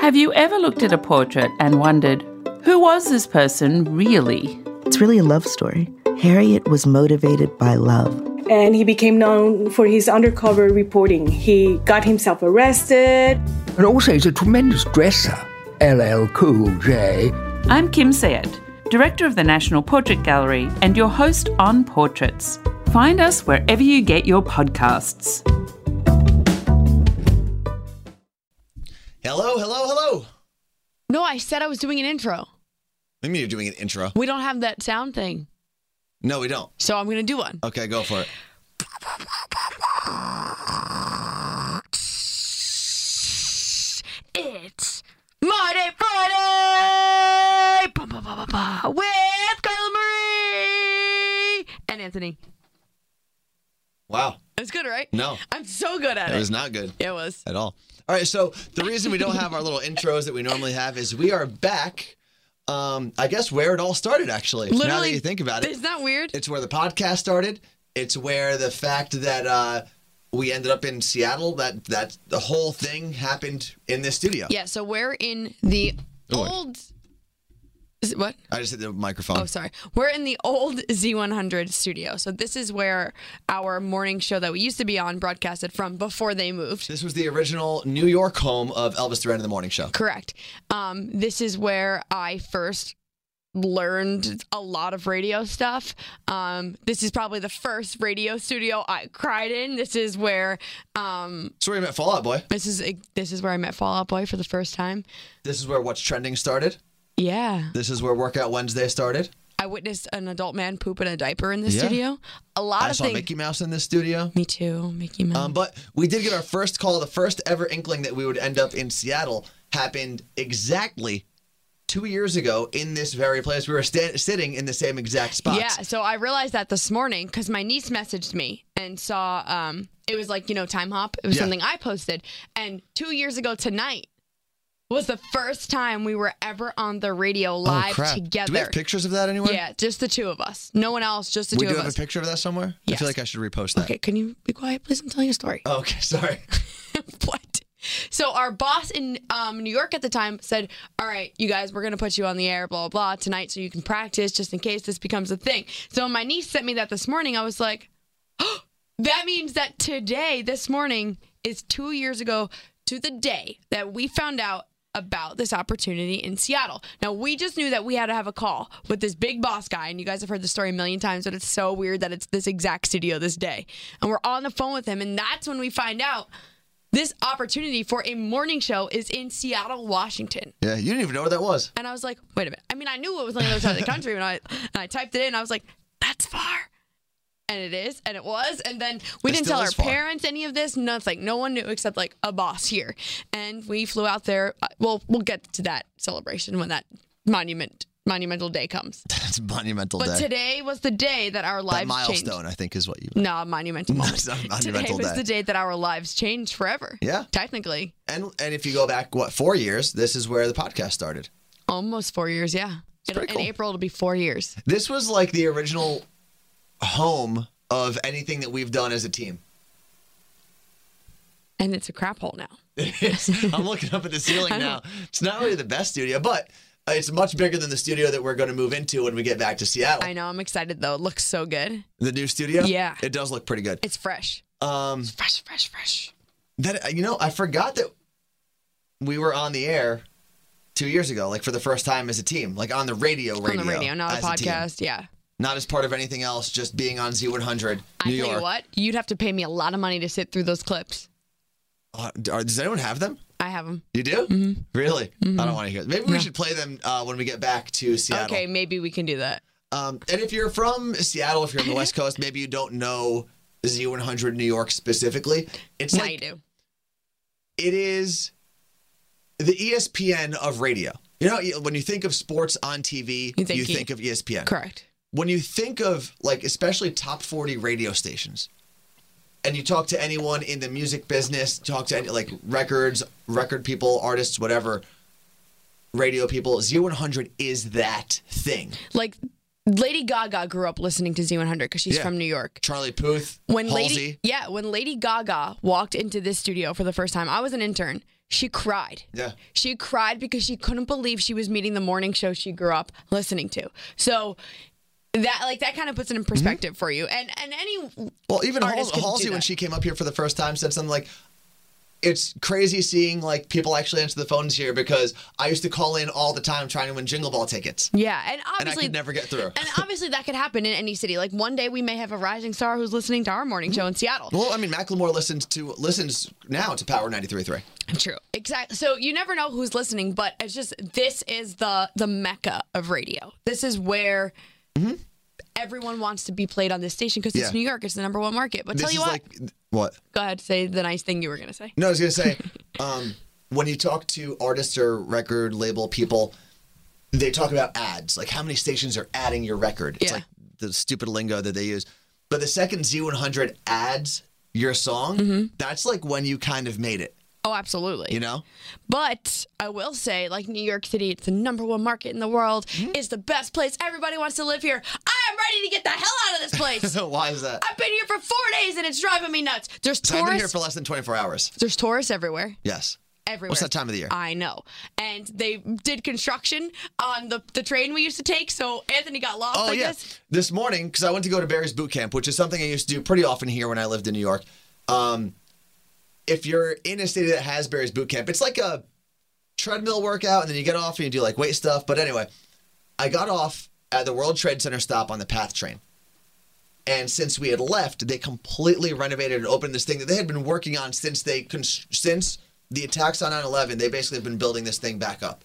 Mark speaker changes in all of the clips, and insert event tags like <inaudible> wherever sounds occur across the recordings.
Speaker 1: Have you ever looked at a portrait and wondered, who was this person really?
Speaker 2: It's really a love story. Harriet was motivated by love.
Speaker 3: And he became known for his undercover reporting. He got himself arrested.
Speaker 4: And also, he's a tremendous dresser, LL Cool J.
Speaker 1: I'm Kim Sayed, Director of the National Portrait Gallery and your host on Portraits. Find us wherever you get your podcasts.
Speaker 5: Hello, hello, hello.
Speaker 6: No, I said I was doing an intro.
Speaker 5: I mean, you're doing an intro.
Speaker 6: We don't have that sound thing.
Speaker 5: No, we don't.
Speaker 6: So I'm going to do one.
Speaker 5: Okay, go for it.
Speaker 6: It's Monday Friday ba, ba, ba, ba, ba, with Carla Marie and Anthony. <laughs>
Speaker 5: Wow.
Speaker 6: It's good, right?
Speaker 5: No.
Speaker 6: I'm so good at
Speaker 5: It
Speaker 6: it.
Speaker 5: was not good
Speaker 6: It was.
Speaker 5: at all. All right, so the reason we don't have our little intros that we normally have is we are back. Um, I guess where it all started, actually. now that you think about it,
Speaker 6: Isn't that weird?
Speaker 5: it's where the podcast started. It's where the fact that uh, we ended up in Seattle that that the whole thing happened in this studio.
Speaker 6: yeah, so we're in the
Speaker 5: Oh, wait.
Speaker 6: old. Is it what?
Speaker 5: I just hit the microphone.
Speaker 6: Oh, sorry. We're in the old Z100 studio. So this is where our morning show that we used to be on broadcasted from before they moved.
Speaker 5: This was the original New York home of Elvis Duran and the Morning Show.
Speaker 6: Correct. Um, this is where I first learned a lot of radio stuff. Um, this is probably the first radio studio I cried in. This is where um,
Speaker 5: So we met Fallout Boy.
Speaker 6: this is this is where I met Fall Out Boy for the first time.
Speaker 5: This is where What's Trending started.
Speaker 6: Yeah,
Speaker 5: This is where Workout Wednesday started.
Speaker 6: I witnessed an adult man poop in a diaper in the
Speaker 5: Yeah.
Speaker 6: studio. A lot
Speaker 5: I
Speaker 6: of
Speaker 5: saw
Speaker 6: things.
Speaker 5: Mickey Mouse in this studio.
Speaker 6: Me too, Mickey Mouse.
Speaker 5: Um, but we did get our first call, the first ever inkling that we would end up in Seattle happened exactly two years ago in this very place. We were sta- sitting in the same exact spot.
Speaker 6: Yeah, so I realized that this morning because my niece messaged me and saw um, it was like you know time hop. It was
Speaker 5: Yeah.
Speaker 6: something I posted, and two years ago tonight was the first time we were ever on the radio live together.
Speaker 5: Oh, Do we have pictures of that anywhere?
Speaker 6: yeah, just the two of us. No one else. Just the
Speaker 5: We
Speaker 6: two
Speaker 5: do
Speaker 6: of
Speaker 5: have
Speaker 6: us.
Speaker 5: a picture of that somewhere? I
Speaker 6: Yes.
Speaker 5: feel like I should repost that.
Speaker 6: Okay, can you be quiet, please? I'm telling a story.
Speaker 5: Oh, okay, <laughs> sorry.
Speaker 6: <laughs> what? So our boss in um, New York at the time said, "All right, you guys, we're gonna put you on the air, blah blah, blah tonight, so you can practice just in case this becomes a thing." So when my niece sent me that this morning. I was like, oh, "That means that today, this morning, is two years ago to the day that we found out." About this opportunity in Seattle. Now, we just knew that we had to have a call with this big boss guy, and you guys have heard the story a million times, but it's so weird that it's this exact studio this day. And we're on the phone with him, and that's when we find out this opportunity for a morning show is in Seattle, Washington.
Speaker 5: Yeah, you didn't even know where that
Speaker 6: <laughs>
Speaker 5: was.
Speaker 6: And I was like, wait a minute. I mean, I knew it was on the other side of the country when I and I typed it in. I was like, that's far. And it is, and it was, and then we
Speaker 5: It
Speaker 6: didn't
Speaker 5: still
Speaker 6: tell our
Speaker 5: is far.
Speaker 6: parents any of this. No, it's like no one knew except like a boss here, and we flew out there. Uh, Well, we'll get to that celebration when that monument monumental day comes.
Speaker 5: That's monumental
Speaker 6: But
Speaker 5: day.
Speaker 6: today was the day that our
Speaker 5: that
Speaker 6: lives changed.
Speaker 5: milestone, I think, is what you.
Speaker 6: No,
Speaker 5: <laughs>
Speaker 6: monumental.
Speaker 5: No,
Speaker 6: moment.
Speaker 5: it's not a
Speaker 6: today
Speaker 5: monumental
Speaker 6: was
Speaker 5: day.
Speaker 6: the day that our lives changed forever.
Speaker 5: Yeah.
Speaker 6: technically,
Speaker 5: And and if you go back what four years, this is where the podcast started.
Speaker 6: Almost four years, yeah. It'll,
Speaker 5: pretty
Speaker 6: In
Speaker 5: cool.
Speaker 6: April, it'll be four years.
Speaker 5: This was like the original home of anything that we've done as a
Speaker 6: <laughs>
Speaker 5: team.
Speaker 6: And it's a crap hole now.
Speaker 5: I'm looking up at the ceiling now. It's not really the best studio, but uh, it's much bigger than the studio that we're going to move into when we get back to Seattle.
Speaker 6: I know. I'm excited, though. It looks so good.
Speaker 5: The new studio?
Speaker 6: Yeah.
Speaker 5: It does look pretty good.
Speaker 6: It's fresh.
Speaker 5: Um
Speaker 6: Fresh, fresh, fresh.
Speaker 5: that you know, I forgot that we were on the air 2 years ago like for the first time as a team, like on the radio radio.
Speaker 6: On the radio, not a
Speaker 5: as team.
Speaker 6: podcast. yeah.
Speaker 5: not as part of anything else, just being on Z100
Speaker 6: I
Speaker 5: New
Speaker 6: tell
Speaker 5: York.
Speaker 6: you what, you'd have to pay me a lot of money to sit through those clips.
Speaker 5: Uh, d- are- does anyone have them?
Speaker 6: I have them.
Speaker 5: You do? Really? I don't want to hear. Maybe we should play them uh, when we get back to Seattle.
Speaker 6: Okay, maybe we can do that.
Speaker 5: Um, and if you're from Seattle, if you're on the West Coast, maybe you don't know Z100 New York specifically. It's
Speaker 6: Now you
Speaker 5: like
Speaker 6: do.
Speaker 5: it is the E ESPN of radio. You know, you- when you think of sports on TV, you
Speaker 6: You
Speaker 5: think,
Speaker 6: think E-
Speaker 5: of ESPN.
Speaker 6: Correct.
Speaker 5: When you think of like especially top 40 radio stations, and you talk to anyone in the music business, talk to any like records, record people, artists, whatever, radio people, Z100 is that thing.
Speaker 6: Like, Lady Gaga grew up listening to Z100 because she's
Speaker 5: Yeah.
Speaker 6: from New York.
Speaker 5: Charlie Puth,
Speaker 6: when
Speaker 5: Halsey.
Speaker 6: Lady yeah, when Lady Gaga walked into this studio for the first time, I was an intern. She cried.
Speaker 5: Yeah.
Speaker 6: She cried because she couldn't believe she was meeting the morning show she grew up listening to. So that like that kind of puts it in
Speaker 5: Mm-hmm.
Speaker 6: perspective for you. And and any
Speaker 5: Well, even Hals-
Speaker 6: artists could do
Speaker 5: Halsey, when
Speaker 6: that.
Speaker 5: she came up here for the first time, said something like, "It's crazy seeing like people actually answer the phones here because I used to call in all the time trying to win Jingle Ball tickets,
Speaker 6: Yeah, and
Speaker 5: and I
Speaker 6: obviously
Speaker 5: could never get through."
Speaker 6: And obviously, that could happen in any city. Like one day, we may have a rising star who's listening to our morning show in
Speaker 5: Mm-hmm.
Speaker 6: Seattle.
Speaker 5: well, I mean, Macklemore listens to listens now to Power 93.3.
Speaker 6: True, exactly. So you never know who's listening, but it's just this is the the mecca of radio. This is where everyone wants to be played on this station because
Speaker 5: Mm-hmm. Yeah.
Speaker 6: it's New York. It's the number one market. But
Speaker 5: This
Speaker 6: tell you
Speaker 5: is
Speaker 6: what,
Speaker 5: like what?
Speaker 6: go ahead, say the nice thing you were gonna say.
Speaker 5: No, I was gonna
Speaker 6: <laughs>
Speaker 5: say, um, when you talk to artists or record label people, they talk about ads, like how many stations are adding your record. It's
Speaker 6: Yeah.
Speaker 5: like the stupid lingo that they use. But the second Z100 adds your song,
Speaker 6: Mm-hmm.
Speaker 5: that's like when you kind of made it.
Speaker 6: Oh, absolutely.
Speaker 5: You
Speaker 6: <laughs>
Speaker 5: know?
Speaker 6: But I will say, like New York City, it's the number one market in the world.
Speaker 5: Mm-hmm.
Speaker 6: It's the best place. Everybody wants to live here. I am ready to get the hell out of this
Speaker 5: <laughs>
Speaker 6: place.
Speaker 5: So why is that?
Speaker 6: I've been here for four days and it's driving me nuts. There's
Speaker 5: So I've been here
Speaker 6: tourists.
Speaker 5: for less than 24 hours.
Speaker 6: there's tourists everywhere.
Speaker 5: Yes.
Speaker 6: Everywhere.
Speaker 5: What's that time of the year?
Speaker 6: I know. And they did construction on the, the train we used to take, so Anthony got lost,
Speaker 5: Oh
Speaker 6: I
Speaker 5: yeah.
Speaker 6: guess.
Speaker 5: This morning, because I went to go to Barry's boot camp, which is something I used to do pretty often here when I lived in New York. Um, if you're in a city that has Barry's boot camp, it's like a treadmill workout, and then you get off and you do like weight stuff. But anyway, I got off at the World Trade Center stop on the PATH train. And since we had left, they completely renovated and opened this thing that they had been working on since they cons- since the attacks on 9/11. They basically have been building this thing back up.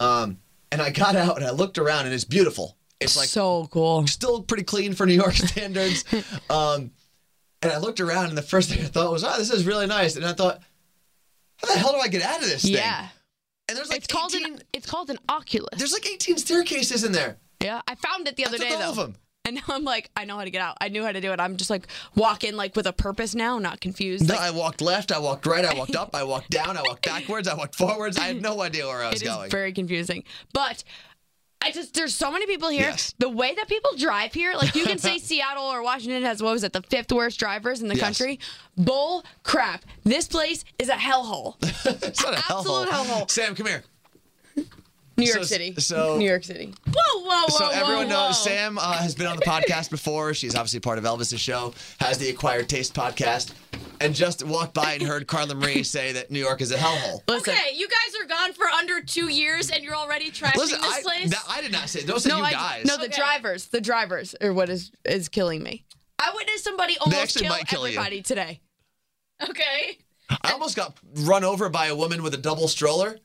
Speaker 5: Um, and I got out and I looked around, and it's beautiful. It's like
Speaker 6: so cool.
Speaker 5: still pretty clean for New York <laughs> standards. um, and I looked around, and the first thing I thought was, "Oh, this is really nice." And I thought, "How the hell do I get out of this thing?"
Speaker 6: Yeah.
Speaker 5: And there's like
Speaker 6: it's called
Speaker 5: 18,
Speaker 6: an it's called an Oculus.
Speaker 5: there's like 18 staircases in there.
Speaker 6: yeah. I found it the other
Speaker 5: took
Speaker 6: day
Speaker 5: all
Speaker 6: though.
Speaker 5: of 'em.
Speaker 6: And now I'm like, I know how to get out. I knew how to do it. I'm just like walking like with a purpose now, not confused.
Speaker 5: No,
Speaker 6: Like,
Speaker 5: I walked left, I walked right, I walked up, I walked down, I walked backwards, I walked forwards. I had no idea where I was
Speaker 6: It is
Speaker 5: going.
Speaker 6: very confusing. But I just there's so many people here.
Speaker 5: Yes.
Speaker 6: The way that people drive here, like you
Speaker 5: <laughs>
Speaker 6: can say Seattle or Washington has what was it, the fifth worst drivers in the
Speaker 5: Yes.
Speaker 6: country. Bull crap. This place is
Speaker 5: <laughs>
Speaker 6: a hellhole.
Speaker 5: it's not a
Speaker 6: absolute hellhole.
Speaker 5: Sam, come here.
Speaker 6: New York
Speaker 5: So-
Speaker 6: City.
Speaker 5: so-
Speaker 6: <laughs> New York
Speaker 5: <laughs>
Speaker 6: City. Whoa, whoa, whoa.
Speaker 5: So everyone
Speaker 6: whoa,
Speaker 5: knows
Speaker 6: whoa.
Speaker 5: Sam uh, has been on the podcast before. She's obviously part of Elvis's show, has the Acquired Taste podcast, and just walked by and heard Carla
Speaker 6: <laughs>
Speaker 5: Marie say that New York is a hellhole.
Speaker 6: Listen.
Speaker 7: Okay, you guys are gone for under two years and you're already trashing
Speaker 5: Listen,
Speaker 7: this
Speaker 5: I,
Speaker 7: place.
Speaker 5: that- I did not say. Don't say you
Speaker 6: I-
Speaker 5: guys.
Speaker 6: no, the
Speaker 7: Okay.
Speaker 6: drivers. The drivers are what is is killing me. I witnessed somebody almost
Speaker 5: actually
Speaker 6: kill,
Speaker 5: might kill you.
Speaker 6: everybody today.
Speaker 7: okay.
Speaker 5: I almost got run over by a woman with a double stroller.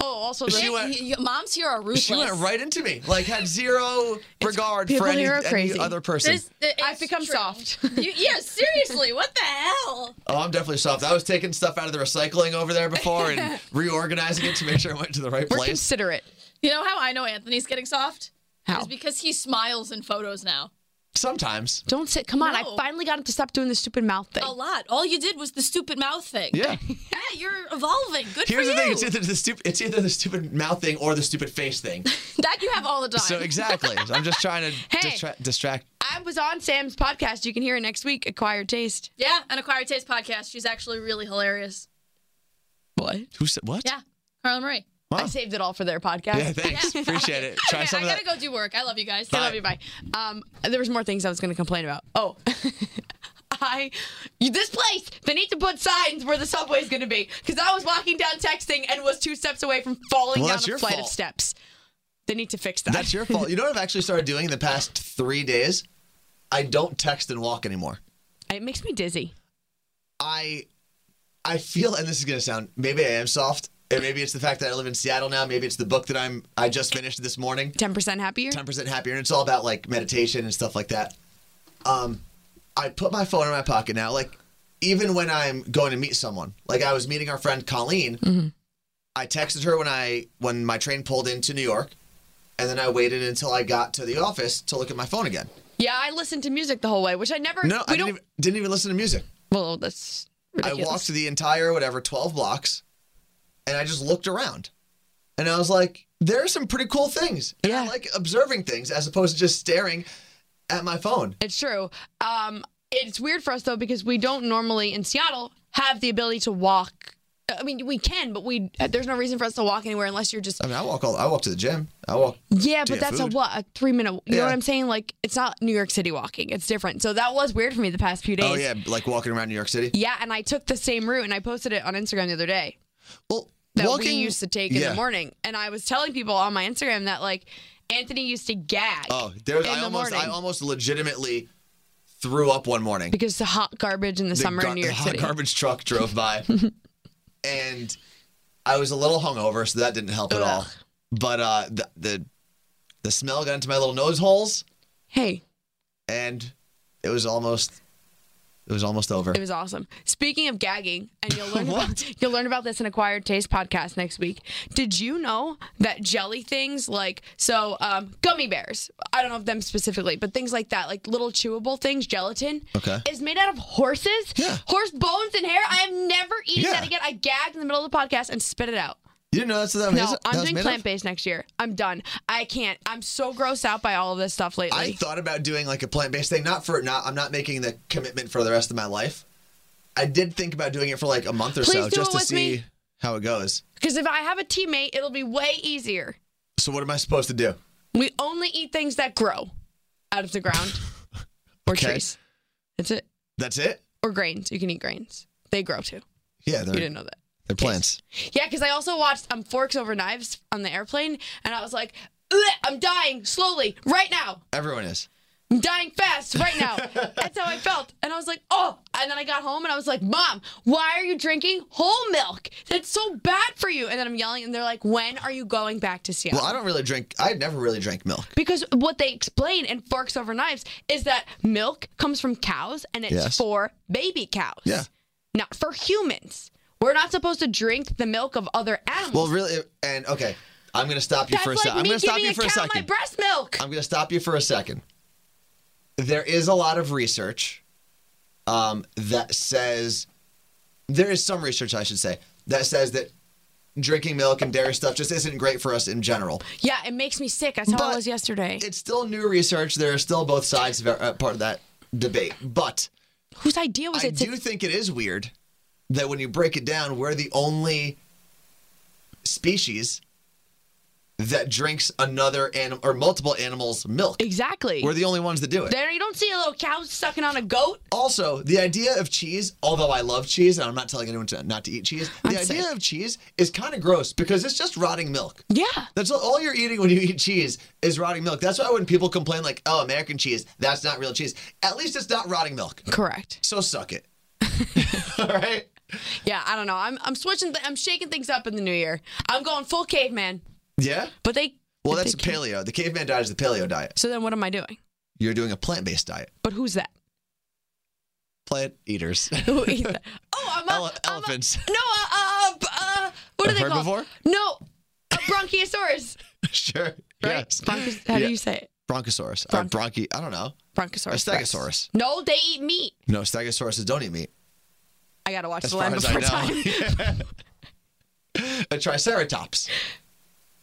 Speaker 6: Oh, also the
Speaker 5: She went-
Speaker 7: Y- y- moms here are ruthless.
Speaker 5: She went right into me. Like had zero regard for
Speaker 6: people
Speaker 5: any,
Speaker 6: here are
Speaker 5: any
Speaker 6: crazy.
Speaker 5: other person.
Speaker 7: This- th-
Speaker 6: I've
Speaker 7: it's
Speaker 6: become
Speaker 7: true.
Speaker 6: soft.
Speaker 7: <laughs> you, yeah, seriously, what the hell?
Speaker 5: Oh, I'm definitely soft. I was taking stuff out of the recycling over there before
Speaker 7: <laughs>
Speaker 5: and reorganizing it to make sure I went to the right
Speaker 6: We're
Speaker 5: place.
Speaker 6: considerate.
Speaker 7: You know how I know Anthony's getting soft?
Speaker 6: How?
Speaker 7: Is because he smiles in photos now.
Speaker 5: Sometimes.
Speaker 6: Don't sit. Come on. I
Speaker 7: No. Oh.
Speaker 6: finally got him to stop doing the stupid mouth thing.
Speaker 7: A lot. All you did was the stupid mouth thing.
Speaker 5: Yeah.
Speaker 7: Yeah, you're evolving. Good
Speaker 5: Here's
Speaker 7: for
Speaker 5: the
Speaker 7: you.
Speaker 5: thing: it's either the stupid, it's either the stupid mouth thing or the stupid face thing.
Speaker 7: that you have all the time.
Speaker 5: So exactly, So I'm just trying
Speaker 7: <laughs>
Speaker 5: to
Speaker 6: Hey.
Speaker 5: distra- distract.
Speaker 6: I was on Sam's podcast. You can hear it next week. Acquired Taste.
Speaker 7: yeah, an Acquired Taste podcast. She's actually really hilarious.
Speaker 6: What?
Speaker 5: Who said what?
Speaker 7: Yeah, Carla Marie.
Speaker 5: Wow.
Speaker 6: I saved it all for their podcast.
Speaker 5: Yeah, thanks. Appreciate it. Try
Speaker 7: okay,
Speaker 5: some
Speaker 7: I
Speaker 5: of that.
Speaker 7: gotta go do work. I love you guys.
Speaker 6: I love you. Bye. Um, there was more things I was going to complain about. Oh. <laughs> I, you- this place, they need to put signs where the subway's going to be. Because I was walking down texting and was two steps away from falling
Speaker 5: Well,
Speaker 6: down
Speaker 5: that's
Speaker 6: a
Speaker 5: your
Speaker 6: flight of
Speaker 5: fault.
Speaker 6: steps. They need to fix that.
Speaker 5: That's your fault. You know what I've actually started doing in the past three days? I don't text and walk anymore.
Speaker 6: it makes me dizzy.
Speaker 5: I I feel, and this is gonna sound maybe I am soft, and maybe it's the fact that I live in Seattle now. Maybe it's the book that I'm I just finished this morning.
Speaker 6: 10% happier?
Speaker 5: ten percent happier, and it's all about like meditation and stuff like that. Um, I put my phone in my pocket now. Like even when I'm going to meet someone, like I was meeting our friend Colleen,
Speaker 6: Mm-hmm.
Speaker 5: I texted her when I when my train pulled into New York, and then I waited until I got to the office to look at my phone again.
Speaker 6: Yeah, I listened to music the whole way, which I never.
Speaker 5: No,
Speaker 6: we
Speaker 5: I didn't
Speaker 6: don't,
Speaker 5: even, didn't even listen to music.
Speaker 6: Well, that's ridiculous.
Speaker 5: I walked the entire whatever twelve blocks, and I just looked around, and I was like, "There are some pretty cool things." And I
Speaker 6: Yeah.
Speaker 5: like observing things as opposed to just staring at my phone.
Speaker 6: It's true. Um, it's weird for us though because we don't normally in Seattle have the ability to walk I mean, we can, but we there's no reason for us to walk anywhere unless you're just
Speaker 5: I mean, I walk all. I walk to the gym. I walk.
Speaker 6: Yeah,
Speaker 5: to
Speaker 6: but
Speaker 5: get
Speaker 6: that's a
Speaker 5: Um, food.
Speaker 6: what a three minute. You know
Speaker 5: Yeah.
Speaker 6: what I'm saying? Like it's not New York City walking. It's different. So that was weird for me the past few days.
Speaker 5: Oh yeah, like walking around New York City.
Speaker 6: Yeah, and I took the same route and I posted it on Instagram the other day
Speaker 5: Well,
Speaker 6: that
Speaker 5: walking
Speaker 6: we used to take in
Speaker 5: yeah.
Speaker 6: the morning. And I was telling people on my Instagram that like Anthony used to gag
Speaker 5: Oh, there was,
Speaker 6: in
Speaker 5: I
Speaker 6: the
Speaker 5: almost, I
Speaker 6: morning.
Speaker 5: almost legitimately threw up one morning.
Speaker 6: because the hot garbage in the, summer
Speaker 5: gar- <laughs>
Speaker 6: in New York
Speaker 5: hot
Speaker 6: City.
Speaker 5: garbage truck drove
Speaker 6: <laughs>
Speaker 5: by, and I was a little hungover, so that didn't help at all.
Speaker 6: Ugh.
Speaker 5: But uh, the, the the smell got into my little nose holes,
Speaker 6: Hey,
Speaker 5: and it was almost it was almost over.
Speaker 6: It was awesome. Speaking of gagging, and you'll
Speaker 5: <laughs>
Speaker 6: learn about, <laughs> you'll learn about this in Acquired Taste podcast next week. Did you know that jelly things like so um, gummy bears? I don't know of them specifically, but things like that, like little chewable things, gelatin,
Speaker 5: Okay.
Speaker 6: is made out of horses,
Speaker 5: Yeah.
Speaker 6: horse bones and hair. I am never eating
Speaker 5: Yeah.
Speaker 6: that again. I gagged in the middle of the podcast and spit it out.
Speaker 5: you didn't know that's what that
Speaker 6: No,
Speaker 5: was- that
Speaker 6: I'm
Speaker 5: was
Speaker 6: doing
Speaker 5: made of?
Speaker 6: plant based next year. I'm done. I can't. I'm so grossed out by all of this stuff lately.
Speaker 5: I thought about doing like a plant based thing, not for not. I'm not making the commitment for the rest of my life. I did think about doing it for like a month or
Speaker 6: Please
Speaker 5: so,
Speaker 6: do
Speaker 5: just
Speaker 6: it
Speaker 5: to
Speaker 6: with
Speaker 5: see
Speaker 6: me.
Speaker 5: how it goes.
Speaker 6: Because if I have a teammate, it'll be way easier.
Speaker 5: So what am I supposed to do?
Speaker 6: We only eat things that grow out of the ground
Speaker 5: <laughs>
Speaker 6: or
Speaker 5: Okay.
Speaker 6: trees. That's it.
Speaker 5: That's it?
Speaker 6: Or grains. You can eat grains. They grow too.
Speaker 5: Yeah, they're,
Speaker 6: You didn't know that.
Speaker 5: they're plants.
Speaker 6: Yeah, because I also watched um, Forks Over Knives on the airplane, and I was like, "Ugh, I'm dying slowly right now.
Speaker 5: Everyone is.
Speaker 6: I'm dying fast
Speaker 5: <laughs>
Speaker 6: right now. That's how I felt. And I was like, oh. And then I got home and I was like, Mom, why are you drinking whole milk? That's so bad for you. And then I'm yelling, and they're like, When are you going back to Seattle?
Speaker 5: Well, I don't really drink. I never really drank milk.
Speaker 6: Because what they explain in Forks Over Knives is that milk comes from cows and it's
Speaker 5: Yes.
Speaker 6: for baby cows.
Speaker 5: Yeah.
Speaker 6: Not for humans. We're not supposed to drink the milk of other animals.
Speaker 5: Well, really, and okay, I'm gonna stop you
Speaker 6: That's
Speaker 5: for a
Speaker 6: like
Speaker 5: second. I'm
Speaker 6: me
Speaker 5: gonna stop
Speaker 6: giving
Speaker 5: you for
Speaker 6: a
Speaker 5: a
Speaker 6: cow my
Speaker 5: second. Um,
Speaker 6: breast milk.
Speaker 5: I'm gonna stop you for a second. There is a lot of research um, that says there is some research, I should say, that says that drinking milk and dairy stuff just isn't great for us in general.
Speaker 6: yeah, it makes me sick. That's how I
Speaker 5: But
Speaker 6: was yesterday.
Speaker 5: It's still new research. There are still both sides of uh, part of that debate, but.
Speaker 6: Whose idea was
Speaker 5: I
Speaker 6: it?
Speaker 5: do think it is weird that when you break it down, we're the only species that drinks another animal or multiple animals' milk.
Speaker 6: exactly.
Speaker 5: We're the only ones that do it.
Speaker 6: there, you don't see a little cow sucking on a goat.
Speaker 5: Also, the idea of cheese, although I love cheese and I'm not telling anyone to, not to eat cheese, the
Speaker 6: I'm
Speaker 5: idea
Speaker 6: sick.
Speaker 5: of cheese is kind of gross because it's just rotting milk.
Speaker 6: Yeah.
Speaker 5: That's all- all you're eating when you eat cheese is rotting milk. That's why when people complain like, "Oh, American cheese, that's not real cheese." At least it's not rotting milk.
Speaker 6: Correct.
Speaker 5: So suck it. <laughs> all right?
Speaker 6: Yeah, I don't know. I'm I'm switching. Th- I'm shaking things up in the new year. I'm going full caveman.
Speaker 5: Yeah?
Speaker 6: But they.
Speaker 5: Well,
Speaker 6: but
Speaker 5: that's
Speaker 6: they can't.
Speaker 5: paleo. The caveman diet is the paleo diet.
Speaker 6: So then, what am I doing?
Speaker 5: You're doing a plant based diet.
Speaker 6: But who's that?
Speaker 5: Plant
Speaker 6: <laughs>
Speaker 5: eaters. <laughs>
Speaker 6: Who eats that? Oh, I'm a,
Speaker 5: Ele-
Speaker 6: I'm a-
Speaker 5: elephants. <laughs>
Speaker 6: no, uh, uh, b- uh, what
Speaker 5: A
Speaker 6: are they
Speaker 5: herbivore?
Speaker 6: called? No, a bronchiosaurus.
Speaker 5: sure.
Speaker 6: Right?
Speaker 5: Yes.
Speaker 6: Bronchos-
Speaker 5: <laughs>
Speaker 6: how
Speaker 5: Yeah.
Speaker 6: do you say it?
Speaker 5: Bronchosaurus.
Speaker 6: Bronch-
Speaker 5: or bronchi. I don't know.
Speaker 6: Bronchosaurus.
Speaker 5: A
Speaker 6: rex.
Speaker 5: stegosaurus.
Speaker 6: No, they eat meat.
Speaker 5: No, stegosauruses don't eat meat.
Speaker 6: I gotta watch
Speaker 5: As
Speaker 6: the
Speaker 5: far
Speaker 6: land
Speaker 5: as I
Speaker 6: before time.
Speaker 5: <laughs> know. <laughs> a triceratops.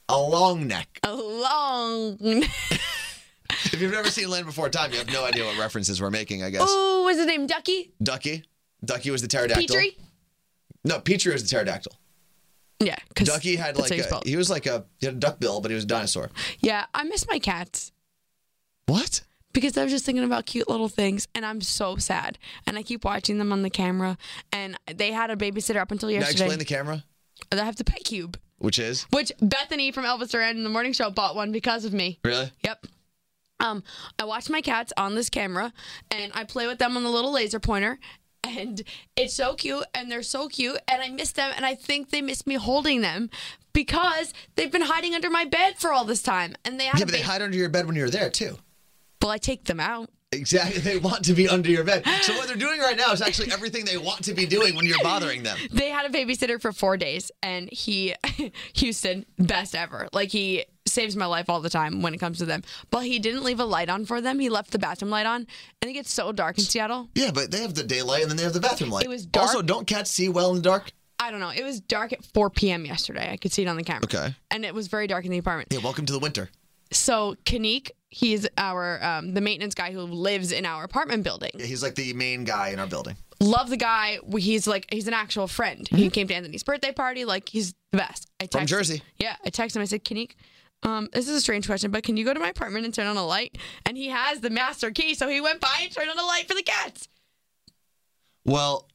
Speaker 5: A long neck.
Speaker 6: a long.
Speaker 5: If you've never seen Land Before Time, you have no idea what references we're making, I guess.
Speaker 6: Ooh, was his name Ducky?
Speaker 5: Ducky. Ducky was the pterodactyl.
Speaker 6: Petrie?
Speaker 5: No, Petrie was the pterodactyl.
Speaker 6: Yeah, because
Speaker 5: Ducky had like a, he was like a he had a duck bill, but he was a dinosaur.
Speaker 6: yeah, I miss my cats
Speaker 5: What?
Speaker 6: because I was just thinking about cute little things, and I'm so sad. And I keep watching them on the camera, and they had a babysitter up until
Speaker 5: Now
Speaker 6: yesterday.
Speaker 5: explain the camera,
Speaker 6: I have the pet cube,
Speaker 5: which is
Speaker 6: which Bethany from Elvis Duran in the morning show bought one because of me.
Speaker 5: really
Speaker 6: Yep. Um, I watch my cats on this camera and I play with them on the little laser pointer and it's so cute and they're so cute and I miss them and I think they miss me holding them because they've been hiding under my bed for all this time and they have
Speaker 5: Yeah, but they hide under your bed when you're there too.
Speaker 6: well I take them out.
Speaker 5: Exactly. They want to be under your bed. So what they're doing right now is <laughs> actually everything they want to be doing when you're bothering them.
Speaker 6: They had a babysitter for 4 days and he <laughs> Houston best ever. Like he saves my life all the time when it comes to them. But he didn't leave a light on for them. He left the bathroom light on and it gets so dark in Seattle.
Speaker 5: Yeah, but they have the daylight and then they have the bathroom light.
Speaker 6: It was dark.
Speaker 5: Also, don't cats see well in the dark?
Speaker 6: I don't know. It was dark at 4 p.m. yesterday. I could see it on the camera.
Speaker 5: Okay.
Speaker 6: And it was very dark in the apartment.
Speaker 5: Yeah, welcome to the winter.
Speaker 6: So Kanik, he's our um, the maintenance guy who lives in our apartment building.
Speaker 5: Yeah, he's like the main guy in our building.
Speaker 6: Love the guy. He's like he's an actual friend. He came to Anthony's birthday party. Like he's the best. I
Speaker 5: Mm-hmm. From
Speaker 6: text-
Speaker 5: Jersey.
Speaker 6: Yeah, I texted him. I said, "Can you?" Um, this is a strange question, but can you go to my apartment and turn on a light? And he has the master key, so he went by and turned on a light for the cats.
Speaker 5: Well,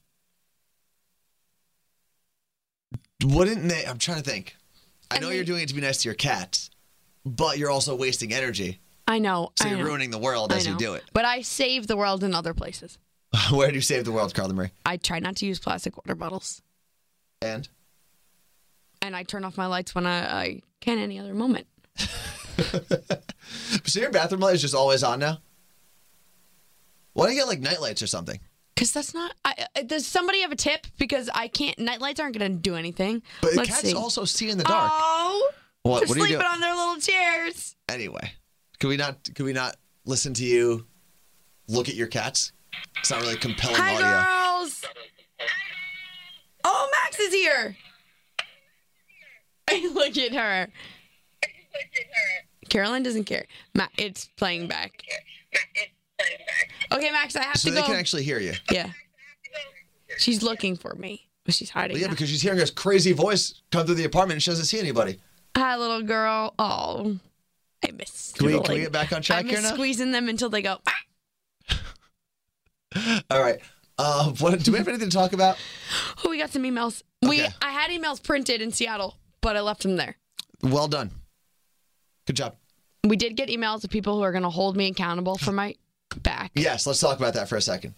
Speaker 5: wouldn't they? I'm trying to think. I
Speaker 6: And
Speaker 5: know
Speaker 6: they-
Speaker 5: you're doing it to be nice to your cats, but you're also wasting energy.
Speaker 6: I know.
Speaker 5: So
Speaker 6: I
Speaker 5: you're
Speaker 6: know,
Speaker 5: ruining the world
Speaker 6: I
Speaker 5: as you
Speaker 6: know.
Speaker 5: do it. <laughs>
Speaker 6: But I save the world in other places.
Speaker 5: Where do you save the world, Carla Marie?
Speaker 6: I try not to use plastic water bottles,
Speaker 5: And
Speaker 6: and I turn off my lights when I, I can any other moment.
Speaker 5: so your bathroom light is just always on now. Why don't you get like night lights or something?
Speaker 6: Cause that's not. I, I- does somebody have a tip? Because I can't. Nightlights aren't gonna do anything.
Speaker 5: But
Speaker 6: Let's
Speaker 5: cats
Speaker 6: see.
Speaker 5: also see in the dark.
Speaker 6: Oh,
Speaker 5: what?
Speaker 6: they're
Speaker 5: What are you
Speaker 6: sleeping
Speaker 5: doing?
Speaker 6: on their little chairs.
Speaker 5: anyway, can we not? Can we not listen to you? Look at your cats. It's not really compelling
Speaker 6: Hi,
Speaker 5: audio.
Speaker 6: girls. Oh, Max is here. <laughs> Look at her. Caroline doesn't care. Ma- it's playing back. Okay, Max, I have
Speaker 5: So
Speaker 6: to
Speaker 5: they
Speaker 6: go.
Speaker 5: can actually hear you.
Speaker 6: yeah. She's looking for me, but she's hiding.
Speaker 5: Well, yeah,
Speaker 6: now.
Speaker 5: because she's hearing this crazy voice come through the apartment and she doesn't see anybody.
Speaker 6: Hi, little girl. Oh, I miss.
Speaker 5: Can we, can we
Speaker 6: squeezing-
Speaker 5: get back on
Speaker 6: I
Speaker 5: track here
Speaker 6: miss
Speaker 5: now?
Speaker 6: squeezing them until they go. "Ah."
Speaker 5: All right. Uh, what, do we have anything to talk about?
Speaker 6: Oh, we got some emails. We
Speaker 5: Okay.
Speaker 6: I had emails printed in Seattle, but I left them there.
Speaker 5: Well done. Good job.
Speaker 6: We did get emails of people who are going to hold me accountable for my back.
Speaker 5: Yes, let's talk about that for a second.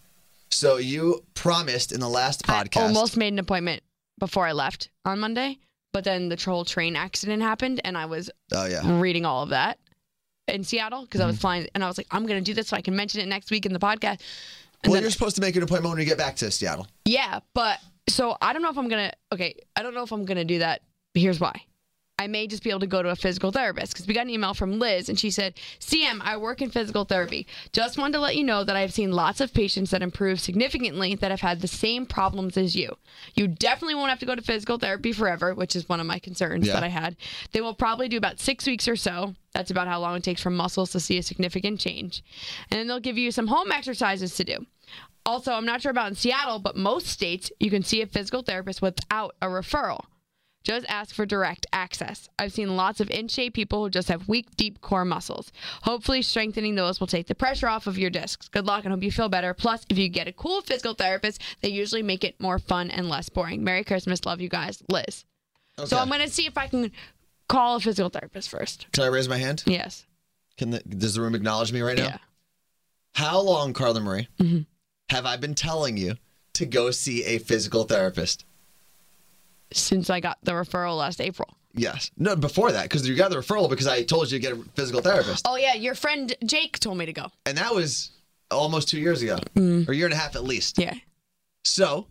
Speaker 5: So you promised in the last podcast.
Speaker 6: I almost made an appointment before I left on Monday, but then the troll train accident happened, and I was
Speaker 5: Oh Mm. yeah.
Speaker 6: reading all of that in Seattle because I was flying, and I was like, I'm going to do this so I can mention it next week in the podcast. And
Speaker 5: Well,
Speaker 6: then-
Speaker 5: you're supposed to make an appointment when you get back to Seattle.
Speaker 6: Yeah, but so I don't know if I'm gonna. Okay, I don't know if I'm gonna do that. Here's why. I may just be able to go to a physical therapist because we got an email from Liz and she said, CM, I work in physical therapy. Just wanted to let you know that I've seen lots of patients that improve significantly that have had the same problems as you. You definitely won't have to go to physical therapy forever, which is one of my concerns
Speaker 5: Yeah.
Speaker 6: that I had. They will probably do about six weeks or so. That's about how long it takes for muscles to see a significant change. And then they'll give you some home exercises to do. Also, I'm not sure about in Seattle, but most states you can see a physical therapist without a referral. Just ask for direct access. I've seen lots of in shape people who just have weak, deep core muscles. Hopefully, strengthening those will take the pressure off of your discs. Good luck and hope you feel better. Plus, if you get a cool physical therapist, they usually make it more fun and less boring. Merry Christmas. Love you guys. Liz. So,
Speaker 5: Okay.
Speaker 6: I'm going to see if I can call a physical therapist first.
Speaker 5: Can I raise my hand?
Speaker 6: Yes.
Speaker 5: Can the, does the room acknowledge me right now?
Speaker 6: Yeah. Mm-hmm.
Speaker 5: How long, Carla Marie, have I been telling you to go see a physical therapist?
Speaker 6: Since I got the referral last April.
Speaker 5: Yes. No, before that, because you got the referral because I told you to get a physical therapist.
Speaker 6: Oh, yeah. Your friend Jake told me to go.
Speaker 5: And that was almost two years ago,
Speaker 6: Mm.
Speaker 5: or a year and a half at least.
Speaker 6: Yeah.
Speaker 5: So,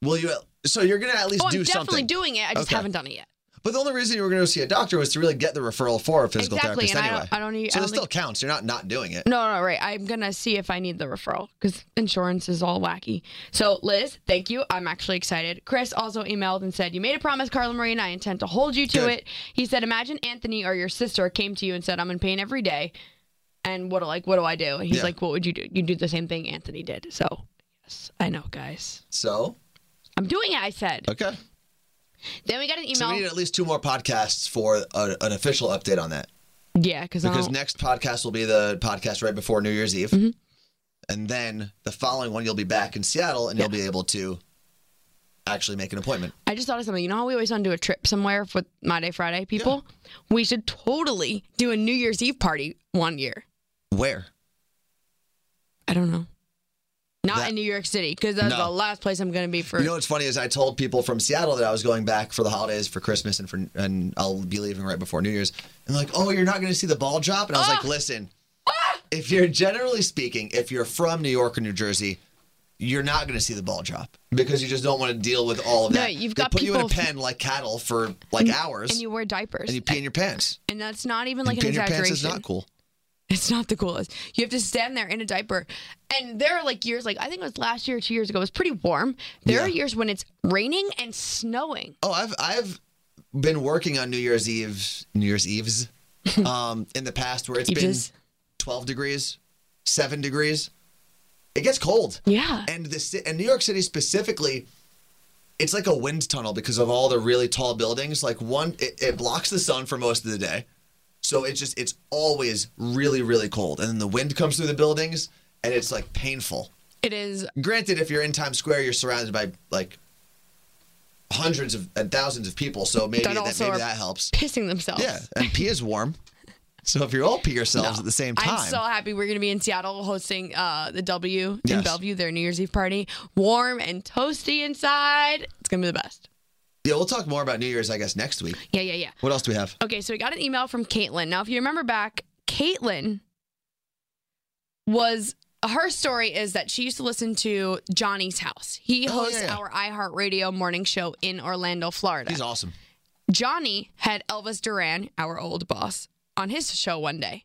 Speaker 5: will you? So you're gonna at least
Speaker 6: Oh, I'm
Speaker 5: do
Speaker 6: definitely
Speaker 5: something.
Speaker 6: doing it. I just
Speaker 5: Okay.
Speaker 6: haven't done it yet.
Speaker 5: but the only reason you were gonna go see a doctor was to really get the referral for a physical
Speaker 6: Exactly,
Speaker 5: therapist
Speaker 6: and I
Speaker 5: anyway.
Speaker 6: don't- I don't e-
Speaker 5: So
Speaker 6: I
Speaker 5: it
Speaker 6: don't
Speaker 5: still
Speaker 6: think-
Speaker 5: counts. You're not not doing it.
Speaker 6: No, no, right. I'm gonna see if I need the referral because insurance is all wacky. So, Liz, thank you. I'm actually excited. Chris also emailed and said, "You made a promise, Carla Marie, and I intend to hold you to
Speaker 5: Good.
Speaker 6: it." He said, "Imagine Anthony or your sister came to you and said, "I'm in pain every day," and what like what do I do?" And he's
Speaker 5: Yeah.
Speaker 6: like, "What would you do? You do the same thing Anthony did." So, yes, I know, guys.
Speaker 5: So
Speaker 6: I'm doing it. I said.
Speaker 5: okay.
Speaker 6: Then we got an
Speaker 5: Uh, So we need
Speaker 6: email.
Speaker 5: at least two more podcasts for a, an official update on that
Speaker 6: Yeah, because
Speaker 5: because next podcast will be the podcast right before New Year's Eve, and then the following one you'll be back in Seattle and you'll be able to actually make an appointment.
Speaker 6: I just thought of something. You know how we always want to do a trip somewhere with My Day Friday people? We should totally do a New Year's Eve party one year.
Speaker 5: Where?
Speaker 6: I don't know. Not
Speaker 5: That-
Speaker 6: in New York City because that's
Speaker 5: No.
Speaker 6: the last place I'm going to be for.
Speaker 5: You know what's funny is I told people from Seattle that I was going back for the holidays for Christmas and for and I'll be leaving right before New Year's. And like, oh, you're not going to see the ball drop. And I was
Speaker 6: Ah!
Speaker 5: like, listen, if you're generally speaking, if you're from New York or New Jersey, you're not going to see the ball drop because you just don't want to deal with all of
Speaker 6: No,
Speaker 5: that.
Speaker 6: you've
Speaker 5: they
Speaker 6: got
Speaker 5: put you in a
Speaker 6: people-
Speaker 5: pen like cattle for like hours,
Speaker 6: and you wear diapers.
Speaker 5: and you pee in your pants.
Speaker 6: And that's not even like
Speaker 5: and pee
Speaker 6: an
Speaker 5: in your
Speaker 6: exaggeration.
Speaker 5: pants is not cool.
Speaker 6: It's not the coolest. You have to stand there in a diaper. And there are like years, like I think it was last year or two years ago, it was pretty warm. There
Speaker 5: Yeah.
Speaker 6: are years when it's raining and snowing.
Speaker 5: Oh, I've I've been working on New Year's Eve, New Year's
Speaker 6: <laughs>
Speaker 5: Eves, um, in the past where it's
Speaker 6: Eves.
Speaker 5: been twelve degrees, seven degrees, It gets cold.
Speaker 6: Yeah.
Speaker 5: And the ci- and New York City specifically, it's like a wind tunnel because of all the really tall buildings. Like one, it, it blocks the sun for most of the day, so it's just it's always really really cold, and then the wind comes through the buildings, and it's like painful.
Speaker 6: It is
Speaker 5: Granted, if you're in Times Square, you're surrounded by like hundreds of and thousands of people, so maybe
Speaker 6: That
Speaker 5: that,
Speaker 6: also
Speaker 5: maybe
Speaker 6: are-
Speaker 5: that helps.
Speaker 6: pissing themselves.
Speaker 5: Yeah, and pee is
Speaker 6: <laughs>
Speaker 5: warm. So if you all pee yourselves at the same time,
Speaker 6: I'm so happy we're going to be in Seattle hosting uh, the W in
Speaker 5: Yes.
Speaker 6: Bellevue, their New Year's Eve party. Warm and toasty inside. It's going to be the best.
Speaker 5: yeah, we'll talk more about New Year's, I guess, next week.
Speaker 6: Yeah, yeah, yeah.
Speaker 5: What else do we have?
Speaker 6: Okay, so we got an email from Caitlin. Now, if you remember back, Caitlin was her story is that she used to listen to Johnny's House. He
Speaker 5: Oh,
Speaker 6: hosts
Speaker 5: yeah, yeah.
Speaker 6: our iHeartRadio morning show in Orlando, Florida.
Speaker 5: He's awesome.
Speaker 6: Johnny had Elvis Duran, our old boss, on his show one day.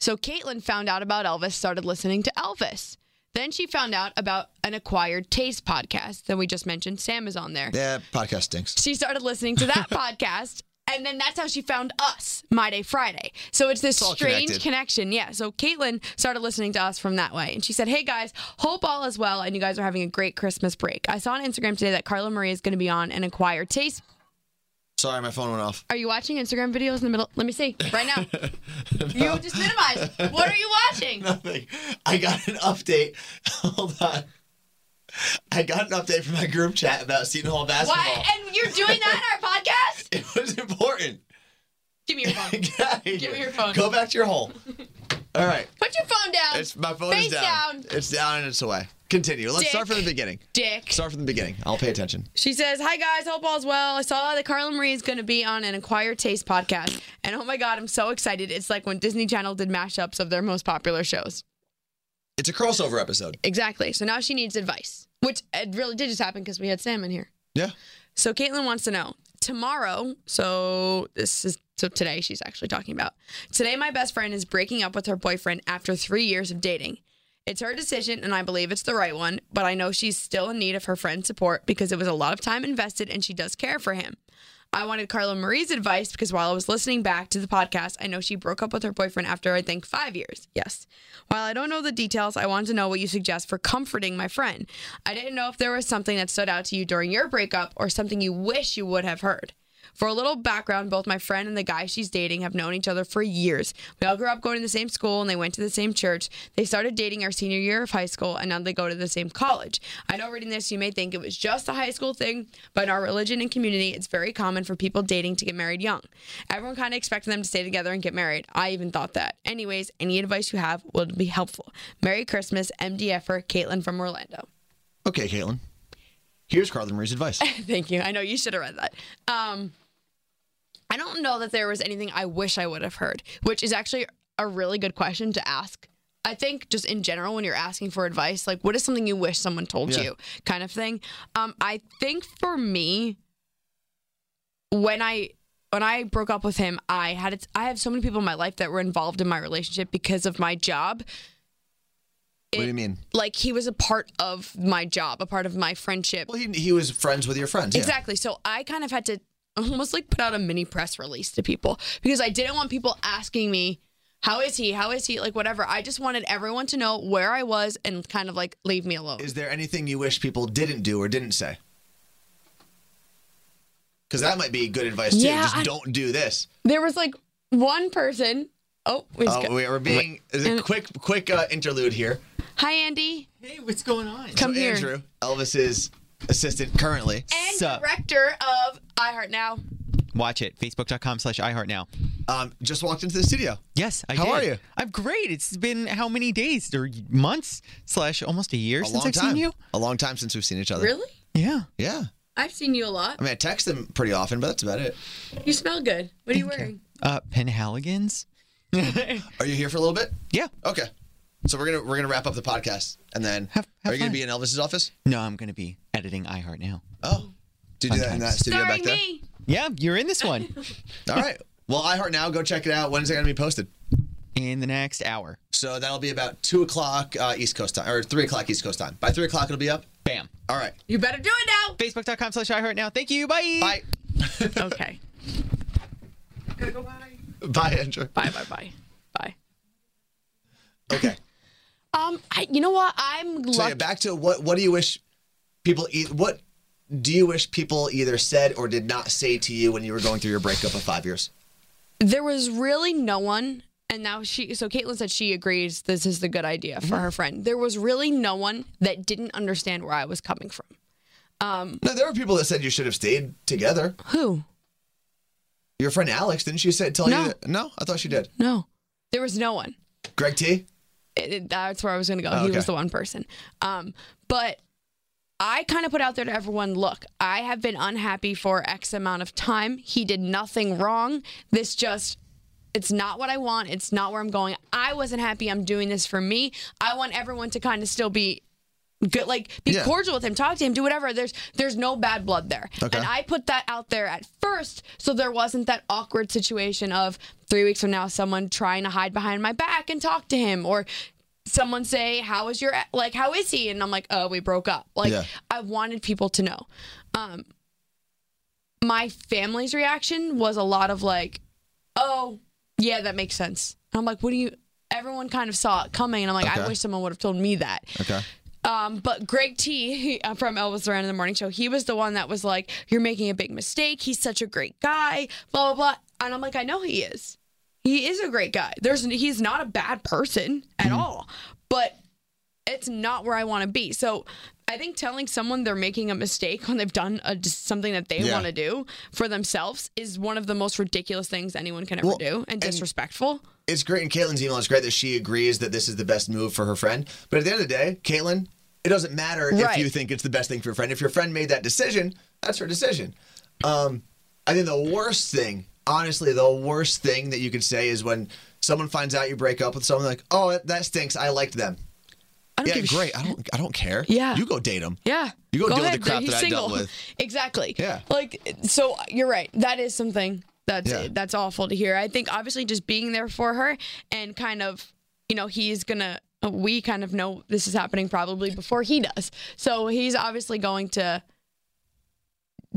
Speaker 6: So Caitlin found out about Elvis, started listening to Elvis. Then she found out about an acquired taste podcast that we just mentioned. Sam is on there.
Speaker 5: Yeah, podcast stinks.
Speaker 6: She started listening
Speaker 5: <laughs>
Speaker 6: to that podcast. And then that's how she found us, My Day Friday. So it's this
Speaker 5: all
Speaker 6: strange
Speaker 5: connected.
Speaker 6: connection. Yeah. So Caitlin started listening to us from that way. And she said, Hey guys, hope all is well and you guys are having a great Christmas break. I saw on Instagram today that Carla Marie is going to be on an acquired taste
Speaker 5: Sorry, my phone went off. <laughs>
Speaker 6: are you watching Instagram videos in the middle? Let me see right now. You just minimized. What are you watching?
Speaker 5: Nothing. I got an update. <laughs> Hold on. I got an update from my group chat about Seton Hall basketball.
Speaker 6: Why? And you're doing that on our podcast?
Speaker 5: It was important. <laughs>
Speaker 6: Give me your phone.
Speaker 5: Get out of here.
Speaker 6: Give me your phone.
Speaker 5: Go back to your
Speaker 6: <laughs>
Speaker 5: hole. All right.
Speaker 6: Put your phone down.
Speaker 5: It's my phone
Speaker 6: Face
Speaker 5: is down.
Speaker 6: down.
Speaker 5: It's down and it's away. Continue. Let's start
Speaker 6: Dick.
Speaker 5: from the beginning.
Speaker 6: Dick.
Speaker 5: Start from the beginning. I'll pay attention.
Speaker 6: She says, Hi guys, hope all's well. I saw that Carla Marie is going to be on an Acquired Taste podcast. And oh my God, I'm so excited. It's like when Disney Channel did mashups of their most popular shows.
Speaker 5: It's a crossover episode.
Speaker 6: Exactly. So now she needs advice, which it really did just happen because we had Sam in here.
Speaker 5: Yeah.
Speaker 6: So Caitlin wants to know tomorrow. So this is so today. She's actually talking about today. My best friend is breaking up with her boyfriend after three years of dating. It's her decision, and I believe it's the right one. But I know she's still in need of her friend's support because it was a lot of time invested, and she does care for him. I wanted Carla Marie's advice because while I was listening back to the podcast, I know she broke up with her boyfriend after I think five years. Yes. While I don't know the details, I wanted to know what you suggest for comforting my friend. I didn't know if there was something that stood out to you during your breakup or something you wish you would have heard. For a little background, both my friend and the guy she's dating have known each other for years. We all grew up going to the same school and they went to the same church. They started dating our senior year of high school and now they go to the same college. I know reading this, you may think it was just a high school thing, but in our religion and community, it's very common for people dating to get married young. Everyone kind of expected them to stay together and get married. I even thought that. Anyways, any advice you have will be helpful. Merry Christmas, MDFer Caitlin from Orlando.
Speaker 5: Okay, Caitlin. Here's Carla Marie's
Speaker 6: <laughs>
Speaker 5: advice.
Speaker 6: Thank you. I know you should have read that. Um, I don't know that there was anything I wish I would have heard, which is actually a really good question to ask. I think just in general, when you're asking for advice, like what is something you wish someone told
Speaker 5: Yeah.
Speaker 6: you, kind of thing. Um, I think for me, when I when I broke up with him, I had it, I have so many people in my life that were involved in my relationship because of my job
Speaker 5: what do you mean?
Speaker 6: like he was a part of my job, a part of my friendship.
Speaker 5: Well, he, he was friends with your friends. yeah.
Speaker 6: Exactly. So I kind of had to almost like put out a mini press release to people because I didn't want people asking me, how is he? How is he? Like whatever. I just wanted everyone to know where I was and kind of like leave me alone.
Speaker 5: Is there anything you wish people didn't do or didn't say? Because that might be good advice too.
Speaker 6: Yeah,
Speaker 5: Just
Speaker 6: I-
Speaker 5: don't do this.
Speaker 6: there was like one person. Oh, we just
Speaker 5: Oh,
Speaker 6: got-
Speaker 5: we are being is a quick, quick uh, interlude here.
Speaker 6: hi Andy
Speaker 8: Hey, what's going on?
Speaker 6: Come
Speaker 5: so
Speaker 6: here.
Speaker 5: Andrew, Elvis's assistant currently.
Speaker 6: and
Speaker 8: Sup?
Speaker 6: director of iHeart Now.
Speaker 8: Watch it. Facebook.com slash iHeart now.
Speaker 5: Um, just walked into the studio.
Speaker 8: Yes, I
Speaker 5: How
Speaker 8: did.
Speaker 5: are you?
Speaker 8: I'm great. It's been how many days or months slash almost a year
Speaker 5: A
Speaker 8: since
Speaker 5: long
Speaker 8: I've
Speaker 5: time.
Speaker 8: seen you?
Speaker 5: A long time since we've seen each other.
Speaker 6: Really?
Speaker 8: Yeah.
Speaker 5: Yeah.
Speaker 6: I've seen you a lot.
Speaker 5: I mean, I text him pretty often, but that's about it.
Speaker 6: You smell good. What are you wearing?
Speaker 8: Uh, Penhaligans?
Speaker 5: Are you here for a little bit?
Speaker 8: Yeah.
Speaker 5: Okay. So we're gonna we're gonna wrap up the podcast, and then
Speaker 8: Have- have
Speaker 5: are you
Speaker 8: fun.
Speaker 5: gonna be in Elvis's office?
Speaker 8: No, I'm going to be editing iHeart now.
Speaker 5: Oh, do you do that in that studio
Speaker 6: Starring
Speaker 5: back there?
Speaker 6: me.
Speaker 8: Yeah, you're in this one
Speaker 5: All right. Well, iHeart Now, go check it out. When is it going to be posted?
Speaker 8: in the next hour.
Speaker 5: So that'll be about 2 o'clock uh, East Coast time, or 3 o'clock East Coast time. By 3 o'clock, it'll be up.
Speaker 8: Bam.
Speaker 5: All right.
Speaker 6: You better do it now.
Speaker 8: Facebook.com slash iHeart now. Thank you.
Speaker 5: Bye.
Speaker 6: <laughs> Okay.
Speaker 5: Bye, Andrew.
Speaker 6: Bye. Bye. Bye. Bye.
Speaker 5: Okay.
Speaker 6: Um, I, you know what? I'm
Speaker 5: So yeah,
Speaker 6: lucky.
Speaker 5: back to what what do you wish people eat what do you wish people either said or did not say to you when you were going through your breakup of five years?
Speaker 6: there was really no one and now she so caitlin said she agrees this is the good idea for her friend there was really no one that didn't understand where i was coming from
Speaker 5: No, there were people that said you should have stayed together.
Speaker 6: who
Speaker 5: Your friend Alex, didn't she say tell
Speaker 6: No.
Speaker 5: you that? No, I thought she did.
Speaker 6: no there was no one
Speaker 5: Greg T?
Speaker 6: It- it- that's where i was going to go
Speaker 5: Oh,
Speaker 6: he
Speaker 5: okay.
Speaker 6: was the one person um but i kind of put out there to everyone look i have been unhappy for x amount of time he did nothing wrong this just it's not what I want. It's not where I'm going. I wasn't happy. I'm doing this for me. I want everyone to kind of still be good, like be
Speaker 5: Yeah.
Speaker 6: cordial with him, talk to him, do whatever. There's there's no bad blood there.
Speaker 5: Okay.
Speaker 6: And I put that out there at first, so there wasn't that awkward situation of three weeks from now someone trying to hide behind my back and talk to him or. Someone say, "How is your like? How is he?" And I'm like, "Oh, we broke up." Like,
Speaker 5: Yeah.
Speaker 6: I wanted people to know. Um, my family's reaction was a lot of like, oh, yeah, that makes sense. And I'm like, what do you, everyone kind of saw it coming. And I'm like, I
Speaker 5: Okay.
Speaker 6: wish someone would have told me that.
Speaker 5: Okay.
Speaker 6: Um, but Greg T he, uh, from Elvis Duran in the Morning Show, he was the one that was like, you're making a big mistake. He's such a great guy, blah, blah, blah. And I'm like, I know he is. He is a great guy. There's, he's not a bad person at
Speaker 5: Mm-hmm.
Speaker 6: all, but it's not where I want to be. So I think telling someone they're making a mistake when they've done a, just something that they
Speaker 5: Yeah.
Speaker 6: want to do for themselves is one of the most ridiculous things anyone can ever
Speaker 5: Well,
Speaker 6: do and
Speaker 5: and-
Speaker 6: disrespectful.
Speaker 5: It's great in Caitlin's email, it's great that she agrees that this is the best move for her friend. But at the end of the day, Caitlin, it doesn't matter
Speaker 6: Right.
Speaker 5: if you think it's the best thing for your friend. If your friend made that decision, that's her decision. Um, I think the worst thing, honestly, the worst thing that you could say is when someone finds out you break up with someone, like, oh, that- that stinks. I liked them.
Speaker 6: I don't
Speaker 5: yeah,
Speaker 6: give a
Speaker 5: great.
Speaker 6: shit.
Speaker 5: I don't. I don't care.
Speaker 6: Yeah.
Speaker 5: you go date them.
Speaker 6: Yeah.
Speaker 5: You go deal with the
Speaker 6: ahead,
Speaker 5: crap
Speaker 6: he's
Speaker 5: that I dealt
Speaker 6: single.
Speaker 5: with.
Speaker 6: <laughs> exactly.
Speaker 5: Yeah.
Speaker 6: Like so you're right. That is something that's
Speaker 5: Yeah.
Speaker 6: that's awful to hear. I think obviously just being there for her and kind of, you know, he's going to we kind of know this is happening probably before he does. So he's obviously going to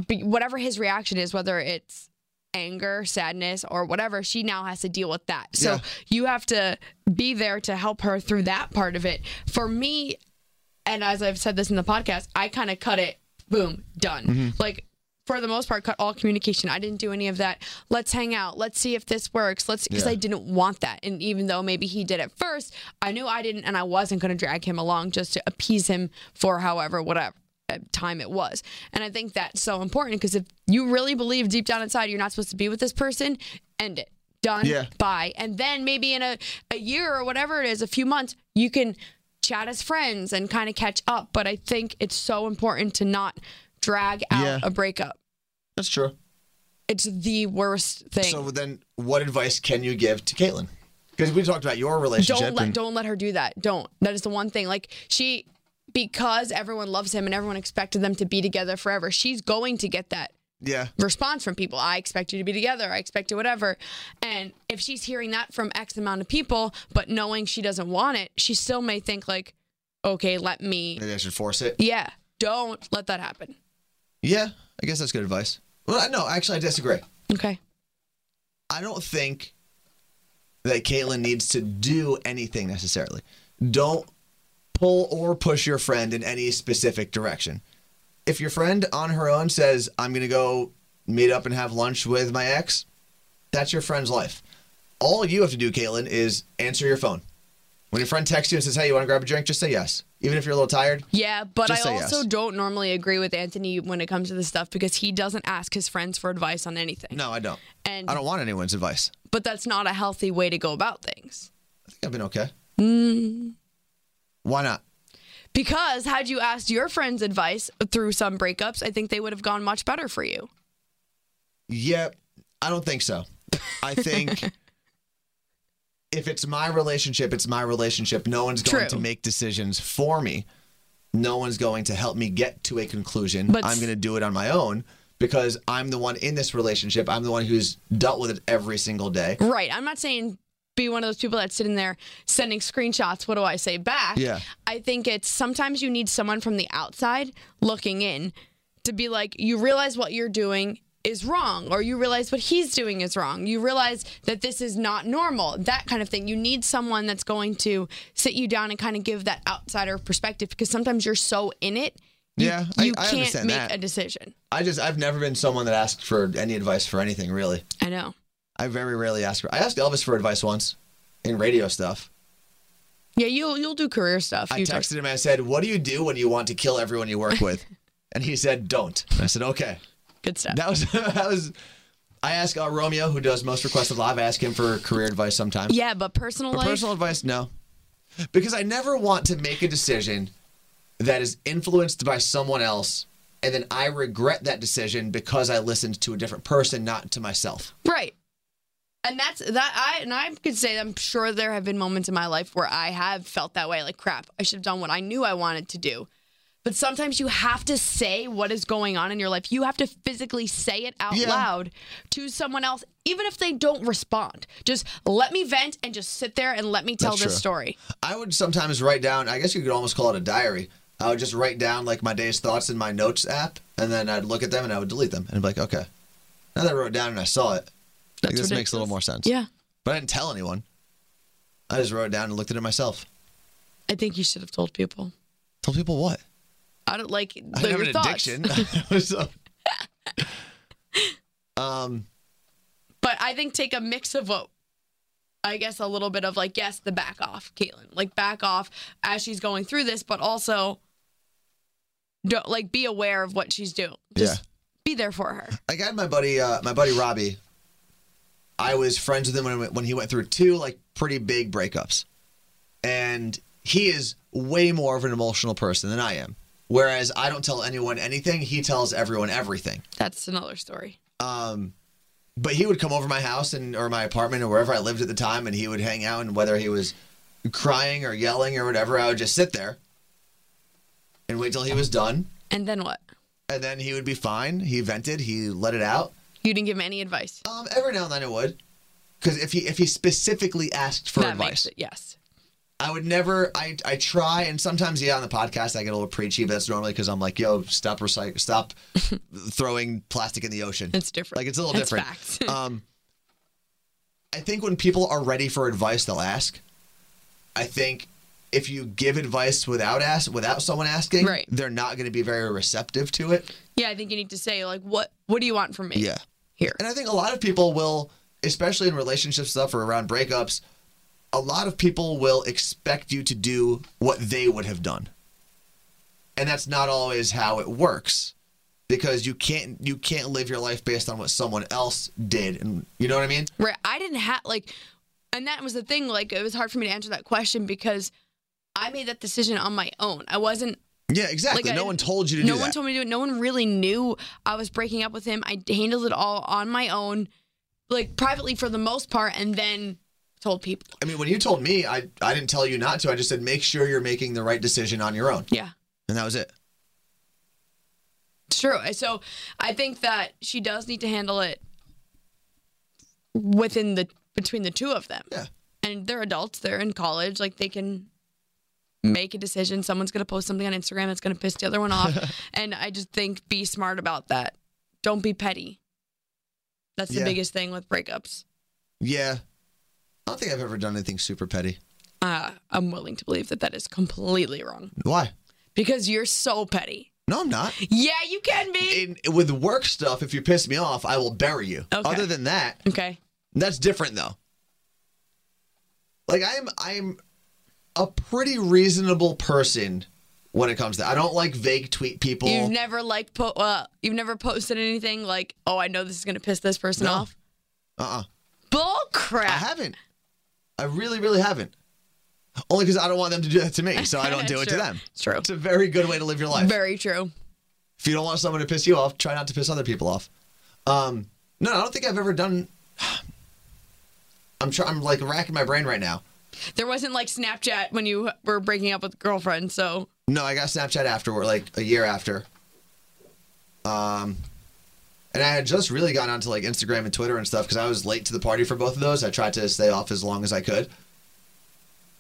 Speaker 6: be, whatever his reaction is whether it's anger, sadness or whatever, she now has to deal with that. So
Speaker 5: Yeah.
Speaker 6: you have to be there to help her through that part of it. For me, and as I've said this in the podcast, I kind of cut it, boom, done.
Speaker 5: Mm-hmm.
Speaker 6: Like for the most part, cut all communication. I didn't do any of that. Let's hang out. Let's see if this works. Let's because
Speaker 5: Yeah.
Speaker 6: I didn't want that. And even though maybe he did at first, I knew I didn't, and I wasn't going to drag him along just to appease him for however whatever uh, time it was. And I think that's so important because if you really believe deep down inside you're not supposed to be with this person, end it. Done.
Speaker 5: Yeah.
Speaker 6: Bye. And then maybe in a, a year or whatever it is, a few months, you can chat as friends and kind of catch up. But I think it's so important to not drag out
Speaker 5: Yeah.
Speaker 6: a breakup.
Speaker 5: That's true.
Speaker 6: It's the worst thing.
Speaker 5: So then, what advice can you give to Caitlin? Because we talked about your relationship.
Speaker 6: don't let
Speaker 5: and-
Speaker 6: don't let her do that. Don't. That is the one thing. Like she because everyone loves him and everyone expected them to be together forever, she's going to get that
Speaker 5: yeah.
Speaker 6: response from people. I expect you to be together. I expect you whatever. And if she's hearing that from X amount of people, but knowing she doesn't want it, she still may think like, okay, let me.
Speaker 5: Maybe I should force it.
Speaker 6: Yeah, don't let that happen.
Speaker 5: Yeah, I guess that's good advice. Well, I- no, actually, I disagree.
Speaker 6: Okay.
Speaker 5: I don't think that Caitlin needs to do anything necessarily. Don't pull or push your friend in any specific direction. If your friend on her own says, I'm going to go meet up and have lunch with my ex, that's your friend's life. All you have to do, Caitlin, is answer your phone. When your friend texts you and says, Hey, you want to grab a drink? Just say yes. Even if you're a little tired.
Speaker 6: Yeah, but
Speaker 5: Just
Speaker 6: I
Speaker 5: say
Speaker 6: also
Speaker 5: yes.
Speaker 6: don't normally agree with Anthony when it comes to this stuff because he doesn't ask his friends for advice on anything.
Speaker 5: No, I don't.
Speaker 6: And
Speaker 5: I don't want anyone's advice.
Speaker 6: but that's not a healthy way to go about things.
Speaker 5: I think I've been okay.
Speaker 6: Mm.
Speaker 5: Why not?
Speaker 6: Because had you asked your friends advice through some breakups, I think they would have gone much better for you.
Speaker 5: Yep. I don't think so. I
Speaker 6: <laughs>
Speaker 5: think if it's my relationship, it's my relationship. No one's going
Speaker 6: True.
Speaker 5: to make decisions for me. No one's going to help me get to a conclusion.
Speaker 6: But
Speaker 5: I'm
Speaker 6: s-
Speaker 5: going to do it on my own because I'm the one in this relationship. I'm the one who's dealt with it every single day.
Speaker 6: Right. I'm not saying be one of those people that's sitting there sending screenshots. What do I say back?
Speaker 5: Yeah.
Speaker 6: I think it's sometimes you need someone from the outside looking in to be like, you realize what you're doing is wrong, or you realize what he's doing is wrong. You realize that this is not normal, that kind of thing. You need someone that's going to sit you down and kind of give that outsider perspective because sometimes you're so in it, you,
Speaker 5: Yeah, I-
Speaker 6: you
Speaker 5: I
Speaker 6: can't
Speaker 5: understand
Speaker 6: make
Speaker 5: that.
Speaker 6: a decision.
Speaker 5: I just I've never been someone that asked for any advice for anything really.
Speaker 6: I know.
Speaker 5: I very rarely ask for. I asked Elvis for advice once in radio stuff.
Speaker 6: Yeah, you'll you'll do career stuff.
Speaker 5: I
Speaker 6: You talk-
Speaker 5: texted him and I said, "What do you do when you want to kill everyone you work
Speaker 6: <laughs>
Speaker 5: with?" and he said, "Don't." I said, "Okay."
Speaker 6: good stuff.
Speaker 5: That was <laughs> that was. I ask uh, Romeo, who does most requested live. I ask him for career advice sometimes.
Speaker 6: yeah, but personal
Speaker 5: But
Speaker 6: life.
Speaker 5: personal advice, no, because I never want to make a decision that is influenced by someone else, and then I regret that decision because I listened to a different person, not to myself.
Speaker 6: Right. And that's that I and I could say I'm sure there have been moments in my life where I have felt that way like crap, I should have done what I knew I wanted to do. But sometimes you have to say what is going on in your life. You have to physically say it out
Speaker 5: Yeah.
Speaker 6: loud to someone else even if they don't respond. Just let me vent and just sit there and let me tell
Speaker 5: That's
Speaker 6: this
Speaker 5: true.
Speaker 6: story.
Speaker 5: I would sometimes write down, I guess you could almost call it a diary. I would just write down like my day's thoughts in my notes app, and then I'd look at them and I would delete them. And I'd be like, okay. Now that I wrote it down and I saw it, like, this makes a little more sense.
Speaker 6: Yeah.
Speaker 5: But I didn't tell anyone. I just wrote it down and looked at it myself.
Speaker 6: I think you should have told people.
Speaker 5: Told people what?
Speaker 6: I don't like
Speaker 5: I
Speaker 6: the-
Speaker 5: didn't have
Speaker 6: your
Speaker 5: an
Speaker 6: thoughts.
Speaker 5: addiction. <laughs> I was, uh,
Speaker 6: <laughs>
Speaker 5: um,
Speaker 6: but I think take a mix of what I guess a little bit of like, yes, the back off, Caitlin, like back off as she's going through this, but also don't like be aware of what she's doing. Just
Speaker 5: Yeah.
Speaker 6: be there for her.
Speaker 5: like I had my buddy, uh, my buddy Robbie. I was friends with him when when he went through two like pretty big breakups, and he is way more of an emotional person than I am. Whereas I don't tell anyone anything, he tells everyone everything.
Speaker 6: That's another story.
Speaker 5: Um, but he would come over my house and or my apartment or wherever I lived at the time, and he would hang out. And whether he was crying or yelling or whatever, I would just sit there and wait till he was done,
Speaker 6: And then what?
Speaker 5: and then he would be fine. He vented, he let it out,
Speaker 6: You didn't give him any advice.
Speaker 5: Um, every now and then I would, because if he if he specifically asked for
Speaker 6: that
Speaker 5: advice,
Speaker 6: makes it yes.
Speaker 5: I would never. I I try, and sometimes yeah, on the podcast I get a little preachy, but that's normally because I'm like, yo, stop recyc-
Speaker 6: <laughs>
Speaker 5: stop throwing plastic in the ocean.
Speaker 6: It's different.
Speaker 5: Like it's a little
Speaker 6: That's
Speaker 5: different.
Speaker 6: <laughs> facts.
Speaker 5: um, I think when people are ready for advice, they'll ask. I think if you give advice without ask without someone asking,
Speaker 6: Right.
Speaker 5: they're not going to be very receptive to it.
Speaker 6: Yeah, I think you need to say like what what do you want from me?
Speaker 5: Yeah.
Speaker 6: Here.
Speaker 5: And I think a lot of people will, especially in relationship stuff or around breakups, a lot of people will expect you to do what they would have done. And that's not always how it works because you can't you can't live your life based on what someone else did and you know what I mean?
Speaker 6: Right. I didn't have like, and that was the thing. Like, it was hard for me to answer that question because I made that decision on my own. I wasn't.
Speaker 5: Yeah,
Speaker 6: Like,
Speaker 5: exactly.
Speaker 6: I
Speaker 5: no
Speaker 6: didn't-
Speaker 5: one told you to
Speaker 6: no
Speaker 5: do
Speaker 6: one
Speaker 5: that.
Speaker 6: told me to do it. No one really knew I was breaking up with him. I handled it all on my own, like privately for the most part, and then told people.
Speaker 5: I mean, when you told me, I I didn't tell you not to. I just said make sure you're making the right decision on your own.
Speaker 6: Yeah.
Speaker 5: And that was it.
Speaker 6: It's true. So I think that she does need to handle it within the between the two of them.
Speaker 5: Yeah.
Speaker 6: And they're adults, they're in college, like they can make a decision. Someone's gonna post something on Instagram that's gonna piss the other
Speaker 5: <laughs>
Speaker 6: one off. and I just think be smart about that. Don't be petty. That's the
Speaker 5: Yeah.
Speaker 6: biggest thing with breakups.
Speaker 5: Yeah. I don't think I've ever done anything super petty.
Speaker 6: Uh, I'm willing to believe that that is completely wrong
Speaker 5: Why?
Speaker 6: because you're so petty.
Speaker 5: No, I'm not.
Speaker 6: Yeah, you can be.
Speaker 5: in, with work stuff, if you piss me off, I will bury you.
Speaker 6: Okay.
Speaker 5: Other than that,
Speaker 6: okay.
Speaker 5: that's different though. Like I'm I'm a pretty reasonable person when it comes to I don't like vague tweet people.
Speaker 6: You've never like po- uh, you've never posted anything like, oh, I know this is gonna piss this person
Speaker 5: No.
Speaker 6: off.
Speaker 5: uh-uh.
Speaker 6: Bull
Speaker 5: I
Speaker 6: crap.
Speaker 5: haven't. I really, really haven't. Only because I don't want them to do that to me, so I don't
Speaker 6: <laughs>
Speaker 5: do it to
Speaker 6: True.
Speaker 5: them.
Speaker 6: It's true.
Speaker 5: It's a very good way to live your life.
Speaker 6: Very true.
Speaker 5: if you don't want someone to piss you off, try not to piss other people off. Um, no, I don't think I've ever done. <sighs> I'm try- I'm like racking my brain right now.
Speaker 6: There wasn't like Snapchat when you were breaking up with girlfriend, so
Speaker 5: No, I got Snapchat afterward, like a year after. Um, and I had just really gotten onto like Instagram and Twitter and stuff because I was late to the party for both of those. I tried to stay off as long as I could.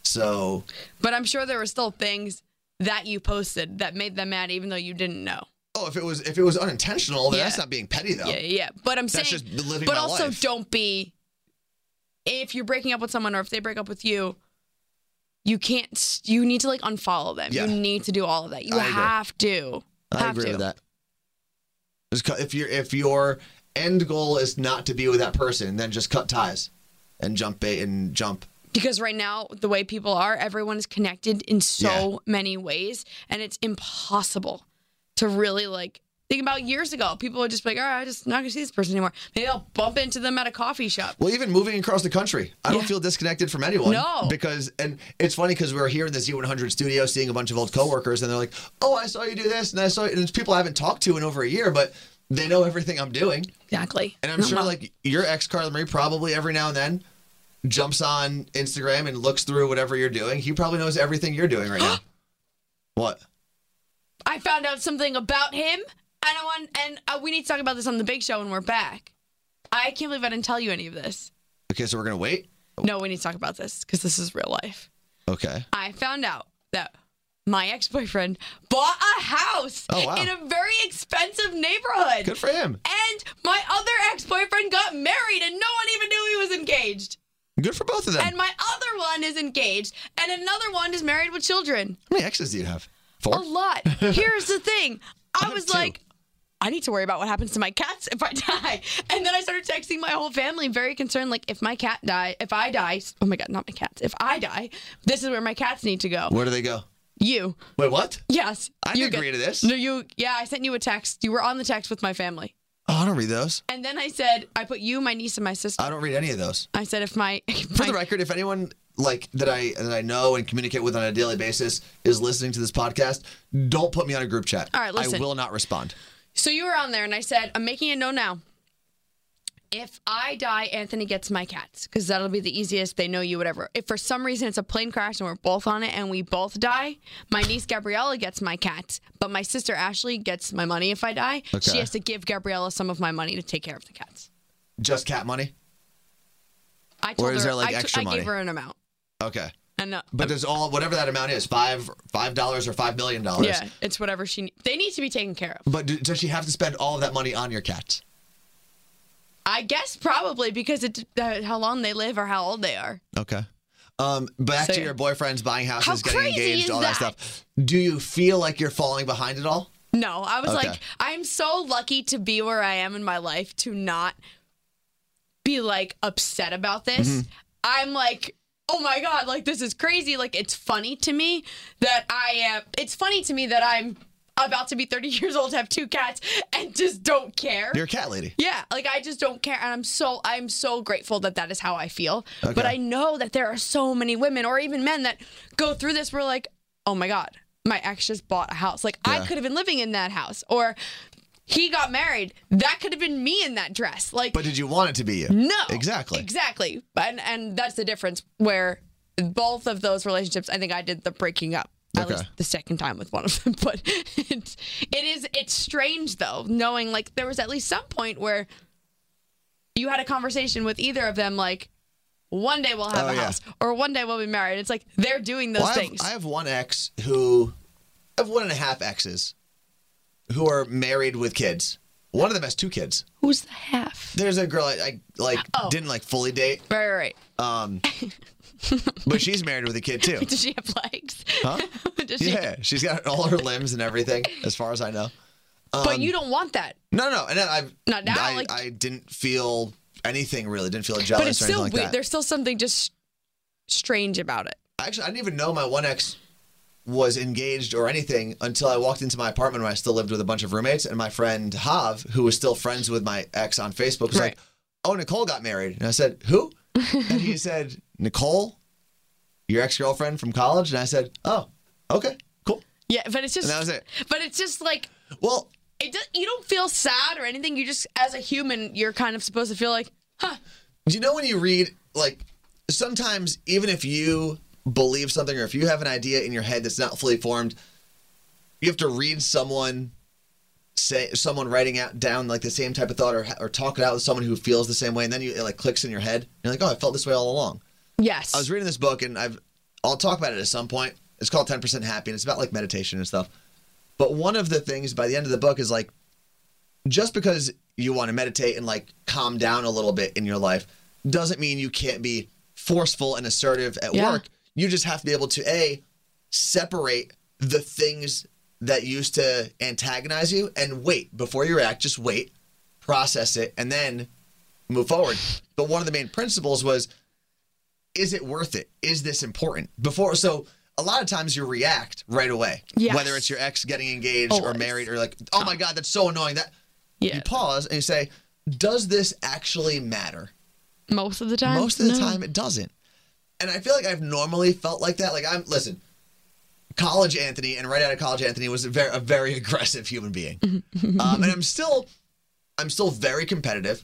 Speaker 5: So
Speaker 6: but I'm sure there were still things that you posted that made them mad even though you didn't know.
Speaker 5: oh, if it was if it was unintentional, then
Speaker 6: Yeah.
Speaker 5: that's not being petty though.
Speaker 6: Yeah, yeah, yeah. But I'm
Speaker 5: That's
Speaker 6: saying,
Speaker 5: just living
Speaker 6: but
Speaker 5: my
Speaker 6: also
Speaker 5: life.
Speaker 6: don't be. If you're breaking up with someone, or if they break up with you, you can't. You need to like unfollow them.
Speaker 5: Yeah.
Speaker 6: You need to do all of that. You
Speaker 5: I agree.
Speaker 6: have to.
Speaker 5: I
Speaker 6: Have
Speaker 5: agree
Speaker 6: to.
Speaker 5: with that. Just cut, if your if your end goal is not to be with that person, then just cut ties and jump bait and jump.
Speaker 6: Because right now, the way people are, everyone is connected in so many ways, and it's impossible to really like think about years ago. People would just be like, all right, I'm just not gonna see this person anymore. Maybe I'll bump into them at a coffee shop.
Speaker 5: Well, even moving across the country, I don't feel disconnected from anyone.
Speaker 6: No.
Speaker 5: because and it's funny because we were here in the Z100 studio, seeing a bunch of old coworkers, and they're like, "Oh, I saw you do this," and I saw, and it's people I haven't talked to in over a year, but they know everything I'm doing.
Speaker 6: Exactly.
Speaker 5: And I'm sure like your ex Carla Marie probably every now and then jumps on Instagram and looks through whatever you're doing. He probably knows everything you're doing right now.
Speaker 6: <gasps>
Speaker 5: What?
Speaker 6: I found out something about him, and I want and uh, we need to talk about this on the big show when we're back. I can't believe I didn't tell you any of this.
Speaker 5: Okay, so we're gonna wait.
Speaker 6: No, we need to talk about this because this is real life.
Speaker 5: Okay.
Speaker 6: I found out that my ex-boyfriend bought a house
Speaker 5: Oh, wow.
Speaker 6: in a very expensive neighborhood,
Speaker 5: Good for him.
Speaker 6: and my other ex-boyfriend got married, and no one even knew he was engaged.
Speaker 5: Good for both of them.
Speaker 6: And my other one is engaged, and another one is married with children.
Speaker 5: How many exes do you have? Four.
Speaker 6: a lot. Here's
Speaker 5: <laughs>
Speaker 6: the thing. I
Speaker 5: have
Speaker 6: was
Speaker 5: two.
Speaker 6: like, I need to worry about what happens to my cats if I <laughs> die. And then I started texting my whole family, very concerned, like if my cat die, if I die, oh my god, not my cats. If I die, this is where my cats need to go.
Speaker 5: Where do they go?
Speaker 6: You,
Speaker 5: Wait, what?
Speaker 6: yes,
Speaker 5: I
Speaker 6: you
Speaker 5: didn't agree to this.
Speaker 6: No, you, yeah, I sent you a text. You were on the text with my family,
Speaker 5: Oh, I don't read those.
Speaker 6: and then I said, I put you, my niece, and my sister.
Speaker 5: I don't read any of those.
Speaker 6: I said, if my, <laughs>
Speaker 5: For
Speaker 6: my
Speaker 5: the record, if anyone like that I that I know and communicate with on a daily basis is listening to this podcast, don't put me on a group chat.
Speaker 6: All right,
Speaker 5: I
Speaker 6: listen.
Speaker 5: will not respond.
Speaker 6: So you were on there, and I said, I'm making a no now. If I die, Anthony gets my cats because that'll be the easiest. They know you, whatever. If for some reason it's a plane crash and we're both on it and we both die, my niece Gabriella gets my cats, but my sister Ashley gets my money if I die. She has to give Gabriella some of my money to take care of the cats.
Speaker 5: Just cat money.
Speaker 6: I told
Speaker 5: Or is
Speaker 6: her
Speaker 5: there, like,
Speaker 6: I, t-
Speaker 5: extra
Speaker 6: I
Speaker 5: money?
Speaker 6: gave her an amount.
Speaker 5: Okay.
Speaker 6: And uh,
Speaker 5: But there's all whatever that amount is five five dollars or five million dollars.
Speaker 6: yeah, it's whatever she. ne- They need to be taken care of.
Speaker 5: But do, does she have to spend all of that money on your cat?
Speaker 6: I guess probably because it uh, how long they live or how old they are.
Speaker 5: Okay. Um, back
Speaker 6: So-
Speaker 5: to your boyfriend's buying houses, getting
Speaker 6: crazy
Speaker 5: engaged,
Speaker 6: is
Speaker 5: all that?
Speaker 6: that?
Speaker 5: stuff. Do you feel like you're falling behind at all?
Speaker 6: No, I was
Speaker 5: Okay.
Speaker 6: like, I'm so lucky to be where I am in my life to not be like upset about this. I'm like, oh my God, like this is crazy. Like it's funny to me that I am, it's funny to me that I'm about to be 30 <laughs> years old, have two cats, and just don't care.
Speaker 5: You're a cat lady.
Speaker 6: yeah, like I just don't care, and I'm so I'm so grateful that that is how I feel.
Speaker 5: Okay.
Speaker 6: But I know that there are so many women or even men that go through this. We're like, oh my god, my ex just bought a house. Like I could have been living in that house, or he got married. That could have been me in that dress. Like
Speaker 5: But did you want it to be you?
Speaker 6: no,
Speaker 5: Exactly.
Speaker 6: exactly. And and that's the difference where both of those relationships. I think I did the breaking up. At
Speaker 5: Okay.
Speaker 6: least the second time with one of them, <laughs> but it's, it is it's strange though knowing like there was at least some point where you had a conversation with either of them like one day we'll have
Speaker 5: Oh,
Speaker 6: a
Speaker 5: yeah.
Speaker 6: house or one day we'll be married. It's like they're doing those
Speaker 5: Well, I, have,
Speaker 6: things.
Speaker 5: I have one ex who, I have one and a half exes who are married with kids. One of them has two kids.
Speaker 6: Who's the half? Oh.
Speaker 5: There's a girl I, I like didn't like fully date,
Speaker 6: Right, right,
Speaker 5: <laughs>
Speaker 6: right. <laughs>
Speaker 5: um, but she's married with a kid too.
Speaker 6: Does she have legs?
Speaker 5: Huh?
Speaker 6: <laughs> Does she-
Speaker 5: Yeah, she's got all her limbs and everything, as far as I know. um,
Speaker 6: But you don't want that.
Speaker 5: No, no, and then I've
Speaker 6: Not now,
Speaker 5: I,
Speaker 6: like-
Speaker 5: I didn't feel anything really. Didn't feel jealous
Speaker 6: But it's
Speaker 5: or
Speaker 6: still
Speaker 5: anything
Speaker 6: weird.
Speaker 5: like that.
Speaker 6: There's still something just strange about it.
Speaker 5: Actually, I didn't even know my one ex was engaged or anything until I walked into my apartment when I still lived with a bunch of roommates, and my friend Hav, who was still friends with my ex on Facebook, was
Speaker 6: Right.
Speaker 5: like, "Oh, Nicole got married," and I said, "Who?" and he said, "Nicole, your ex girlfriend from college," and I said, "Oh, okay, cool."
Speaker 6: Yeah, but it's just
Speaker 5: And that was it.
Speaker 6: But it's just like
Speaker 5: Well,
Speaker 6: it. Does, you don't feel sad or anything. You just, as a human, you're kind of supposed to feel like, huh?
Speaker 5: Do you know when you read like sometimes even if you believe something or if you have an idea in your head that's not fully formed, you have to read someone say someone writing out down like the same type of thought or or talk it out with someone who feels the same way and then you it like clicks in your head. You're like, "Oh, I felt this way all along."
Speaker 6: Yes.
Speaker 5: I was reading this book and I've I'll talk about it at some point. It's called 10% Happy and it's about like meditation and stuff. But one of the things by the end of the book is like, just because you want to meditate and like calm down a little bit in your life doesn't mean you can't be forceful and assertive at
Speaker 6: Yeah.
Speaker 5: work. You just have to be able to a separate the things that used to antagonize you and wait before you react. Just wait, process it, and then move forward. But one of the main principles was is it worth it? Is this important? Before so a lot of times you react right away.
Speaker 6: Yes.
Speaker 5: Whether it's your ex getting engaged or
Speaker 6: Always.
Speaker 5: married or like, oh my God, that's so annoying. That
Speaker 6: Yeah.
Speaker 5: you pause and you say, Does this actually matter?
Speaker 6: Most of the time.
Speaker 5: Most of the
Speaker 6: no.
Speaker 5: time it doesn't. And I feel like I've normally felt like that. Like I'm listen, college Anthony and right out of college Anthony was a very a very <laughs> aggressive human being.
Speaker 6: Mm-hmm.
Speaker 5: um, and I'm still I'm still very competitive.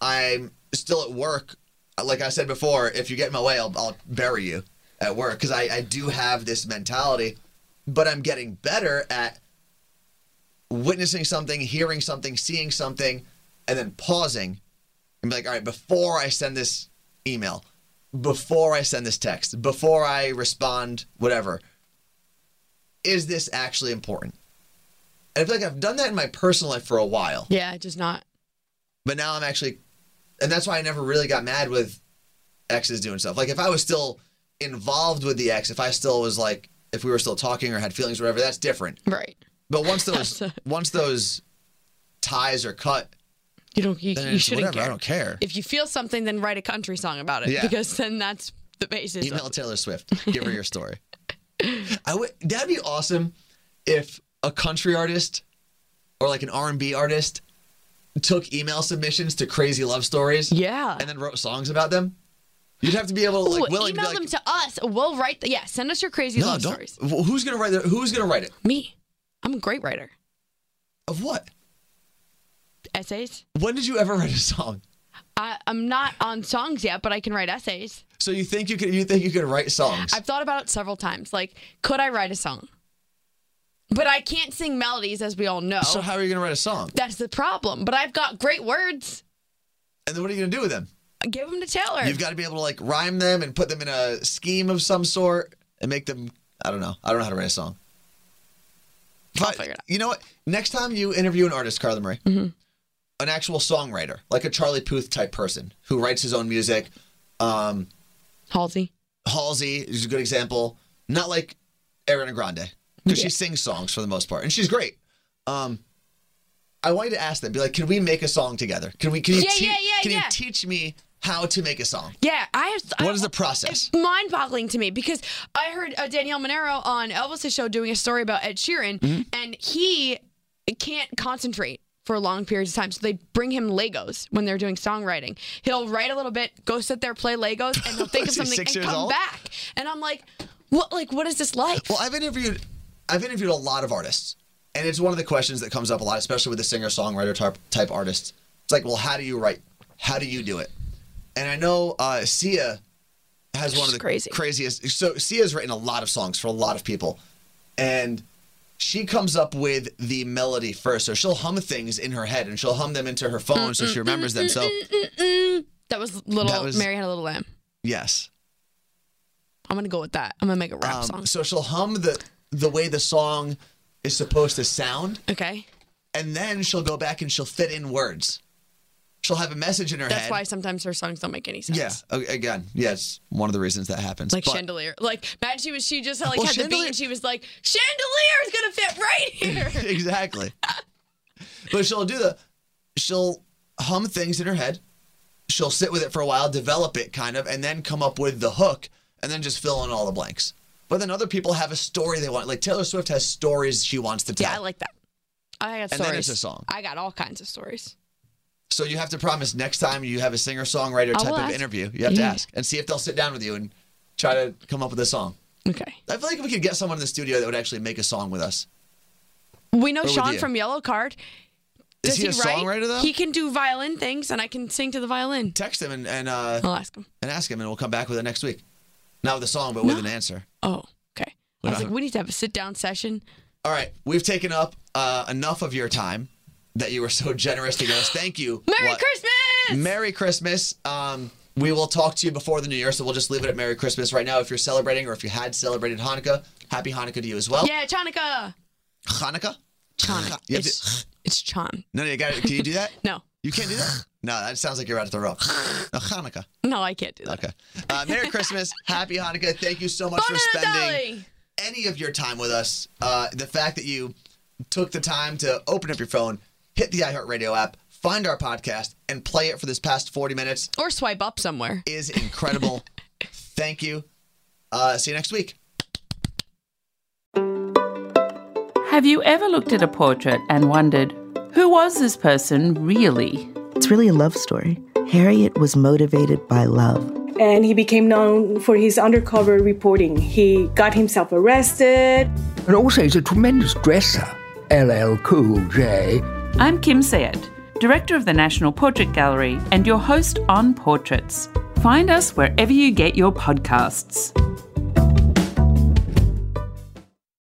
Speaker 5: I'm still at work. Like I said before, if you get in my way, I'll, I'll bury you at work because I, I do have this mentality, but I'm getting better at witnessing something, hearing something, seeing something, and then pausing and be like, all right, before I send this email, before I send this text, before I respond, whatever, is this actually important? And I feel like I've done that in my personal life for a while
Speaker 6: Yeah, just not.
Speaker 5: but now I'm actually, and that's why I never really got mad with exes doing stuff. Like if I was still involved with the ex, if I still was like, if we were still talking or had feelings or whatever, that's different.
Speaker 6: Right.
Speaker 5: But once
Speaker 6: <laughs>
Speaker 5: those once those ties are cut,
Speaker 6: You don't. You,
Speaker 5: then
Speaker 6: you
Speaker 5: it's
Speaker 6: shouldn't
Speaker 5: whatever.
Speaker 6: care.
Speaker 5: I don't care.
Speaker 6: If you feel something, then write a country song about it.
Speaker 5: Yeah.
Speaker 6: Because then that's the basis.
Speaker 5: Email
Speaker 6: of,
Speaker 5: Taylor
Speaker 6: <laughs>
Speaker 5: Swift. Give her your story. I would. That'd be awesome if a country artist or like an R and B artist took email submissions to crazy love stories
Speaker 6: yeah.
Speaker 5: and then wrote songs about them. You'd have to be able to like
Speaker 6: Ooh,
Speaker 5: willing
Speaker 6: email
Speaker 5: to be like,
Speaker 6: them to us. We'll write. The, yeah. Send us your crazy love stories.
Speaker 5: Wh- Who's gonna write? The, who's gonna write it?
Speaker 6: Me. I'm a great writer.
Speaker 5: Of what?
Speaker 6: Essays.
Speaker 5: When did you ever <laughs> write a song?
Speaker 6: I, I'm not on songs yet, but I can write essays.
Speaker 5: So you think you could? You think you could write songs?
Speaker 6: I've thought about it several times. Like, could I write a song? But I can't sing melodies, as we all know.
Speaker 5: so how are you gonna write a song?
Speaker 6: That's the problem. But I've got great words.
Speaker 5: And then what are you gonna do with them?
Speaker 6: Give them to Taylor.
Speaker 5: You've got to be able to like rhyme them and put them in a scheme of some sort and make them. I don't know. I don't know how to write a song. But
Speaker 6: figure it out. Mm-hmm.
Speaker 5: you know what? Next time you interview an artist, Carla Marie, an actual songwriter, like a Charlie Puth type person who writes his own music, um,
Speaker 6: Halsey.
Speaker 5: Halsey is a good example. Not like Ariana Grande because she sings songs for the most part, and she's great. Um, I want you to ask them, be like, "Can we make a song together? Can we? Can you?
Speaker 6: Yeah,
Speaker 5: tea-
Speaker 6: yeah, yeah,
Speaker 5: can
Speaker 6: yeah.
Speaker 5: you teach me how to make a song?
Speaker 6: Yeah, I have. I-
Speaker 5: What is the process?
Speaker 6: It's mind-boggling to me because I heard uh, Danielle Monero on Elvis's show doing a story about Ed Sheeran,
Speaker 5: Mm-hmm.
Speaker 6: and he can't concentrate for long periods of time. So they bring him Legos when they're doing songwriting. He'll write a little bit, go sit there, play Legos,
Speaker 5: <laughs>
Speaker 6: and he'll think of
Speaker 5: Is he
Speaker 6: something
Speaker 5: six
Speaker 6: and
Speaker 5: years
Speaker 6: come
Speaker 5: old?
Speaker 6: back. And I'm like, what? Like, what is this life?
Speaker 5: Well, I've interviewed, I've interviewed a lot of artists, and it's one of the questions that comes up a lot, especially with the singer songwriter type type artists. It's like, well, how do you write? How do you do it? And I know uh, Sia has one of
Speaker 6: She's
Speaker 5: the
Speaker 6: crazy.
Speaker 5: craziest. So Sia's written a lot of songs for a lot of people, and she comes up with the melody first. So she'll hum things in her head, and she'll hum them into her phone, so she remembers them. So
Speaker 6: that was little
Speaker 5: That was-
Speaker 6: Mary had a little lamb.
Speaker 5: yes,
Speaker 6: I'm gonna go with that. I'm gonna make a rap
Speaker 5: um,
Speaker 6: song.
Speaker 5: so she'll hum the the way the song is supposed to sound.
Speaker 6: Okay,
Speaker 5: and then she'll go back and she'll fit in words. She'll have a message in her
Speaker 6: that's
Speaker 5: head.
Speaker 6: why sometimes her songs don't make any sense.
Speaker 5: Yeah. a- Again, yes, one of the reasons that happens.
Speaker 6: like
Speaker 5: But
Speaker 6: chandelier. Like imagine she was she just like
Speaker 5: Well,
Speaker 6: had the beat
Speaker 5: chandelier-
Speaker 6: and she was like chandelier is gonna fit right
Speaker 5: <laughs>
Speaker 6: here.
Speaker 5: <laughs> exactly. but she'll do the. She'll hum things in her head. She'll sit with it for a while, develop it kind of, and then come up with the hook, and then just fill in all the blanks. But then other people have a story they want. Like Taylor Swift has stories she wants to tell.
Speaker 6: yeah, I like that. I got
Speaker 5: then
Speaker 6: stories.
Speaker 5: it's a song.
Speaker 6: I got all kinds of stories.
Speaker 5: so you have to promise next time you have a singer songwriter
Speaker 6: I
Speaker 5: type
Speaker 6: will
Speaker 5: of
Speaker 6: ask.
Speaker 5: interview, you have to
Speaker 6: Yeah.
Speaker 5: ask and see if they'll sit down with you and try to come up with a song.
Speaker 6: Okay.
Speaker 5: I feel like if we could get someone in the studio that would actually make a song with us.
Speaker 6: We know
Speaker 5: Where would
Speaker 6: Sean
Speaker 5: you?
Speaker 6: from Yellow Card.
Speaker 5: Is
Speaker 6: Does
Speaker 5: he a
Speaker 6: write?
Speaker 5: songwriter, though?
Speaker 6: He can do violin things and I can sing to the violin.
Speaker 5: Text him and and, uh,
Speaker 6: I'll ask him.
Speaker 5: and ask him, and we'll come back with it next week. Not with a song, but with an answer.
Speaker 6: Oh, okay. I was like, we need to have a sit down session.
Speaker 5: All right, we've taken up uh, enough of your time that you were so <laughs> generous to give us. Thank you.
Speaker 6: Merry
Speaker 5: What-
Speaker 6: Christmas!
Speaker 5: Merry Christmas. Um, we will talk to you before the new year, so we'll just leave it at Merry Christmas right now. If you're celebrating, or if you had celebrated Hanukkah, Happy Hanukkah to you as well.
Speaker 6: yeah, Chanukah.
Speaker 5: Hanukkah?
Speaker 6: Chonic.
Speaker 5: Oh. You have
Speaker 6: It's,
Speaker 5: to-
Speaker 6: it's Chon.
Speaker 5: no, you got Can you do that?
Speaker 6: No.
Speaker 5: You can't do that? <laughs> No, that sounds like you're out at the rope. No, Hanukkah.
Speaker 6: No, I can't do that.
Speaker 5: Okay. Uh, Merry
Speaker 6: <laughs>
Speaker 5: Christmas. Happy Hanukkah. Thank you so much for
Speaker 6: Bon
Speaker 5: spending
Speaker 6: Natale!
Speaker 5: any of your time with us. Uh, the fact that you took the time to open up your phone, hit the iHeartRadio app, find our podcast, and play it for this past 40 minutes
Speaker 6: Or swipe up somewhere.
Speaker 5: is
Speaker 6: <laughs>
Speaker 5: incredible. Thank you. Uh, see you next week.
Speaker 1: Have you ever looked at a portrait and wondered, who was this person really?
Speaker 2: It's really a love story. Harriet was motivated by love.
Speaker 3: And he became known for his undercover reporting. He got himself arrested.
Speaker 4: And also, he's a tremendous dresser, LL Cool J.
Speaker 1: I'm Kim Sayed, Director of the National Portrait Gallery, and your host on Portraits. Find us wherever you get your podcasts.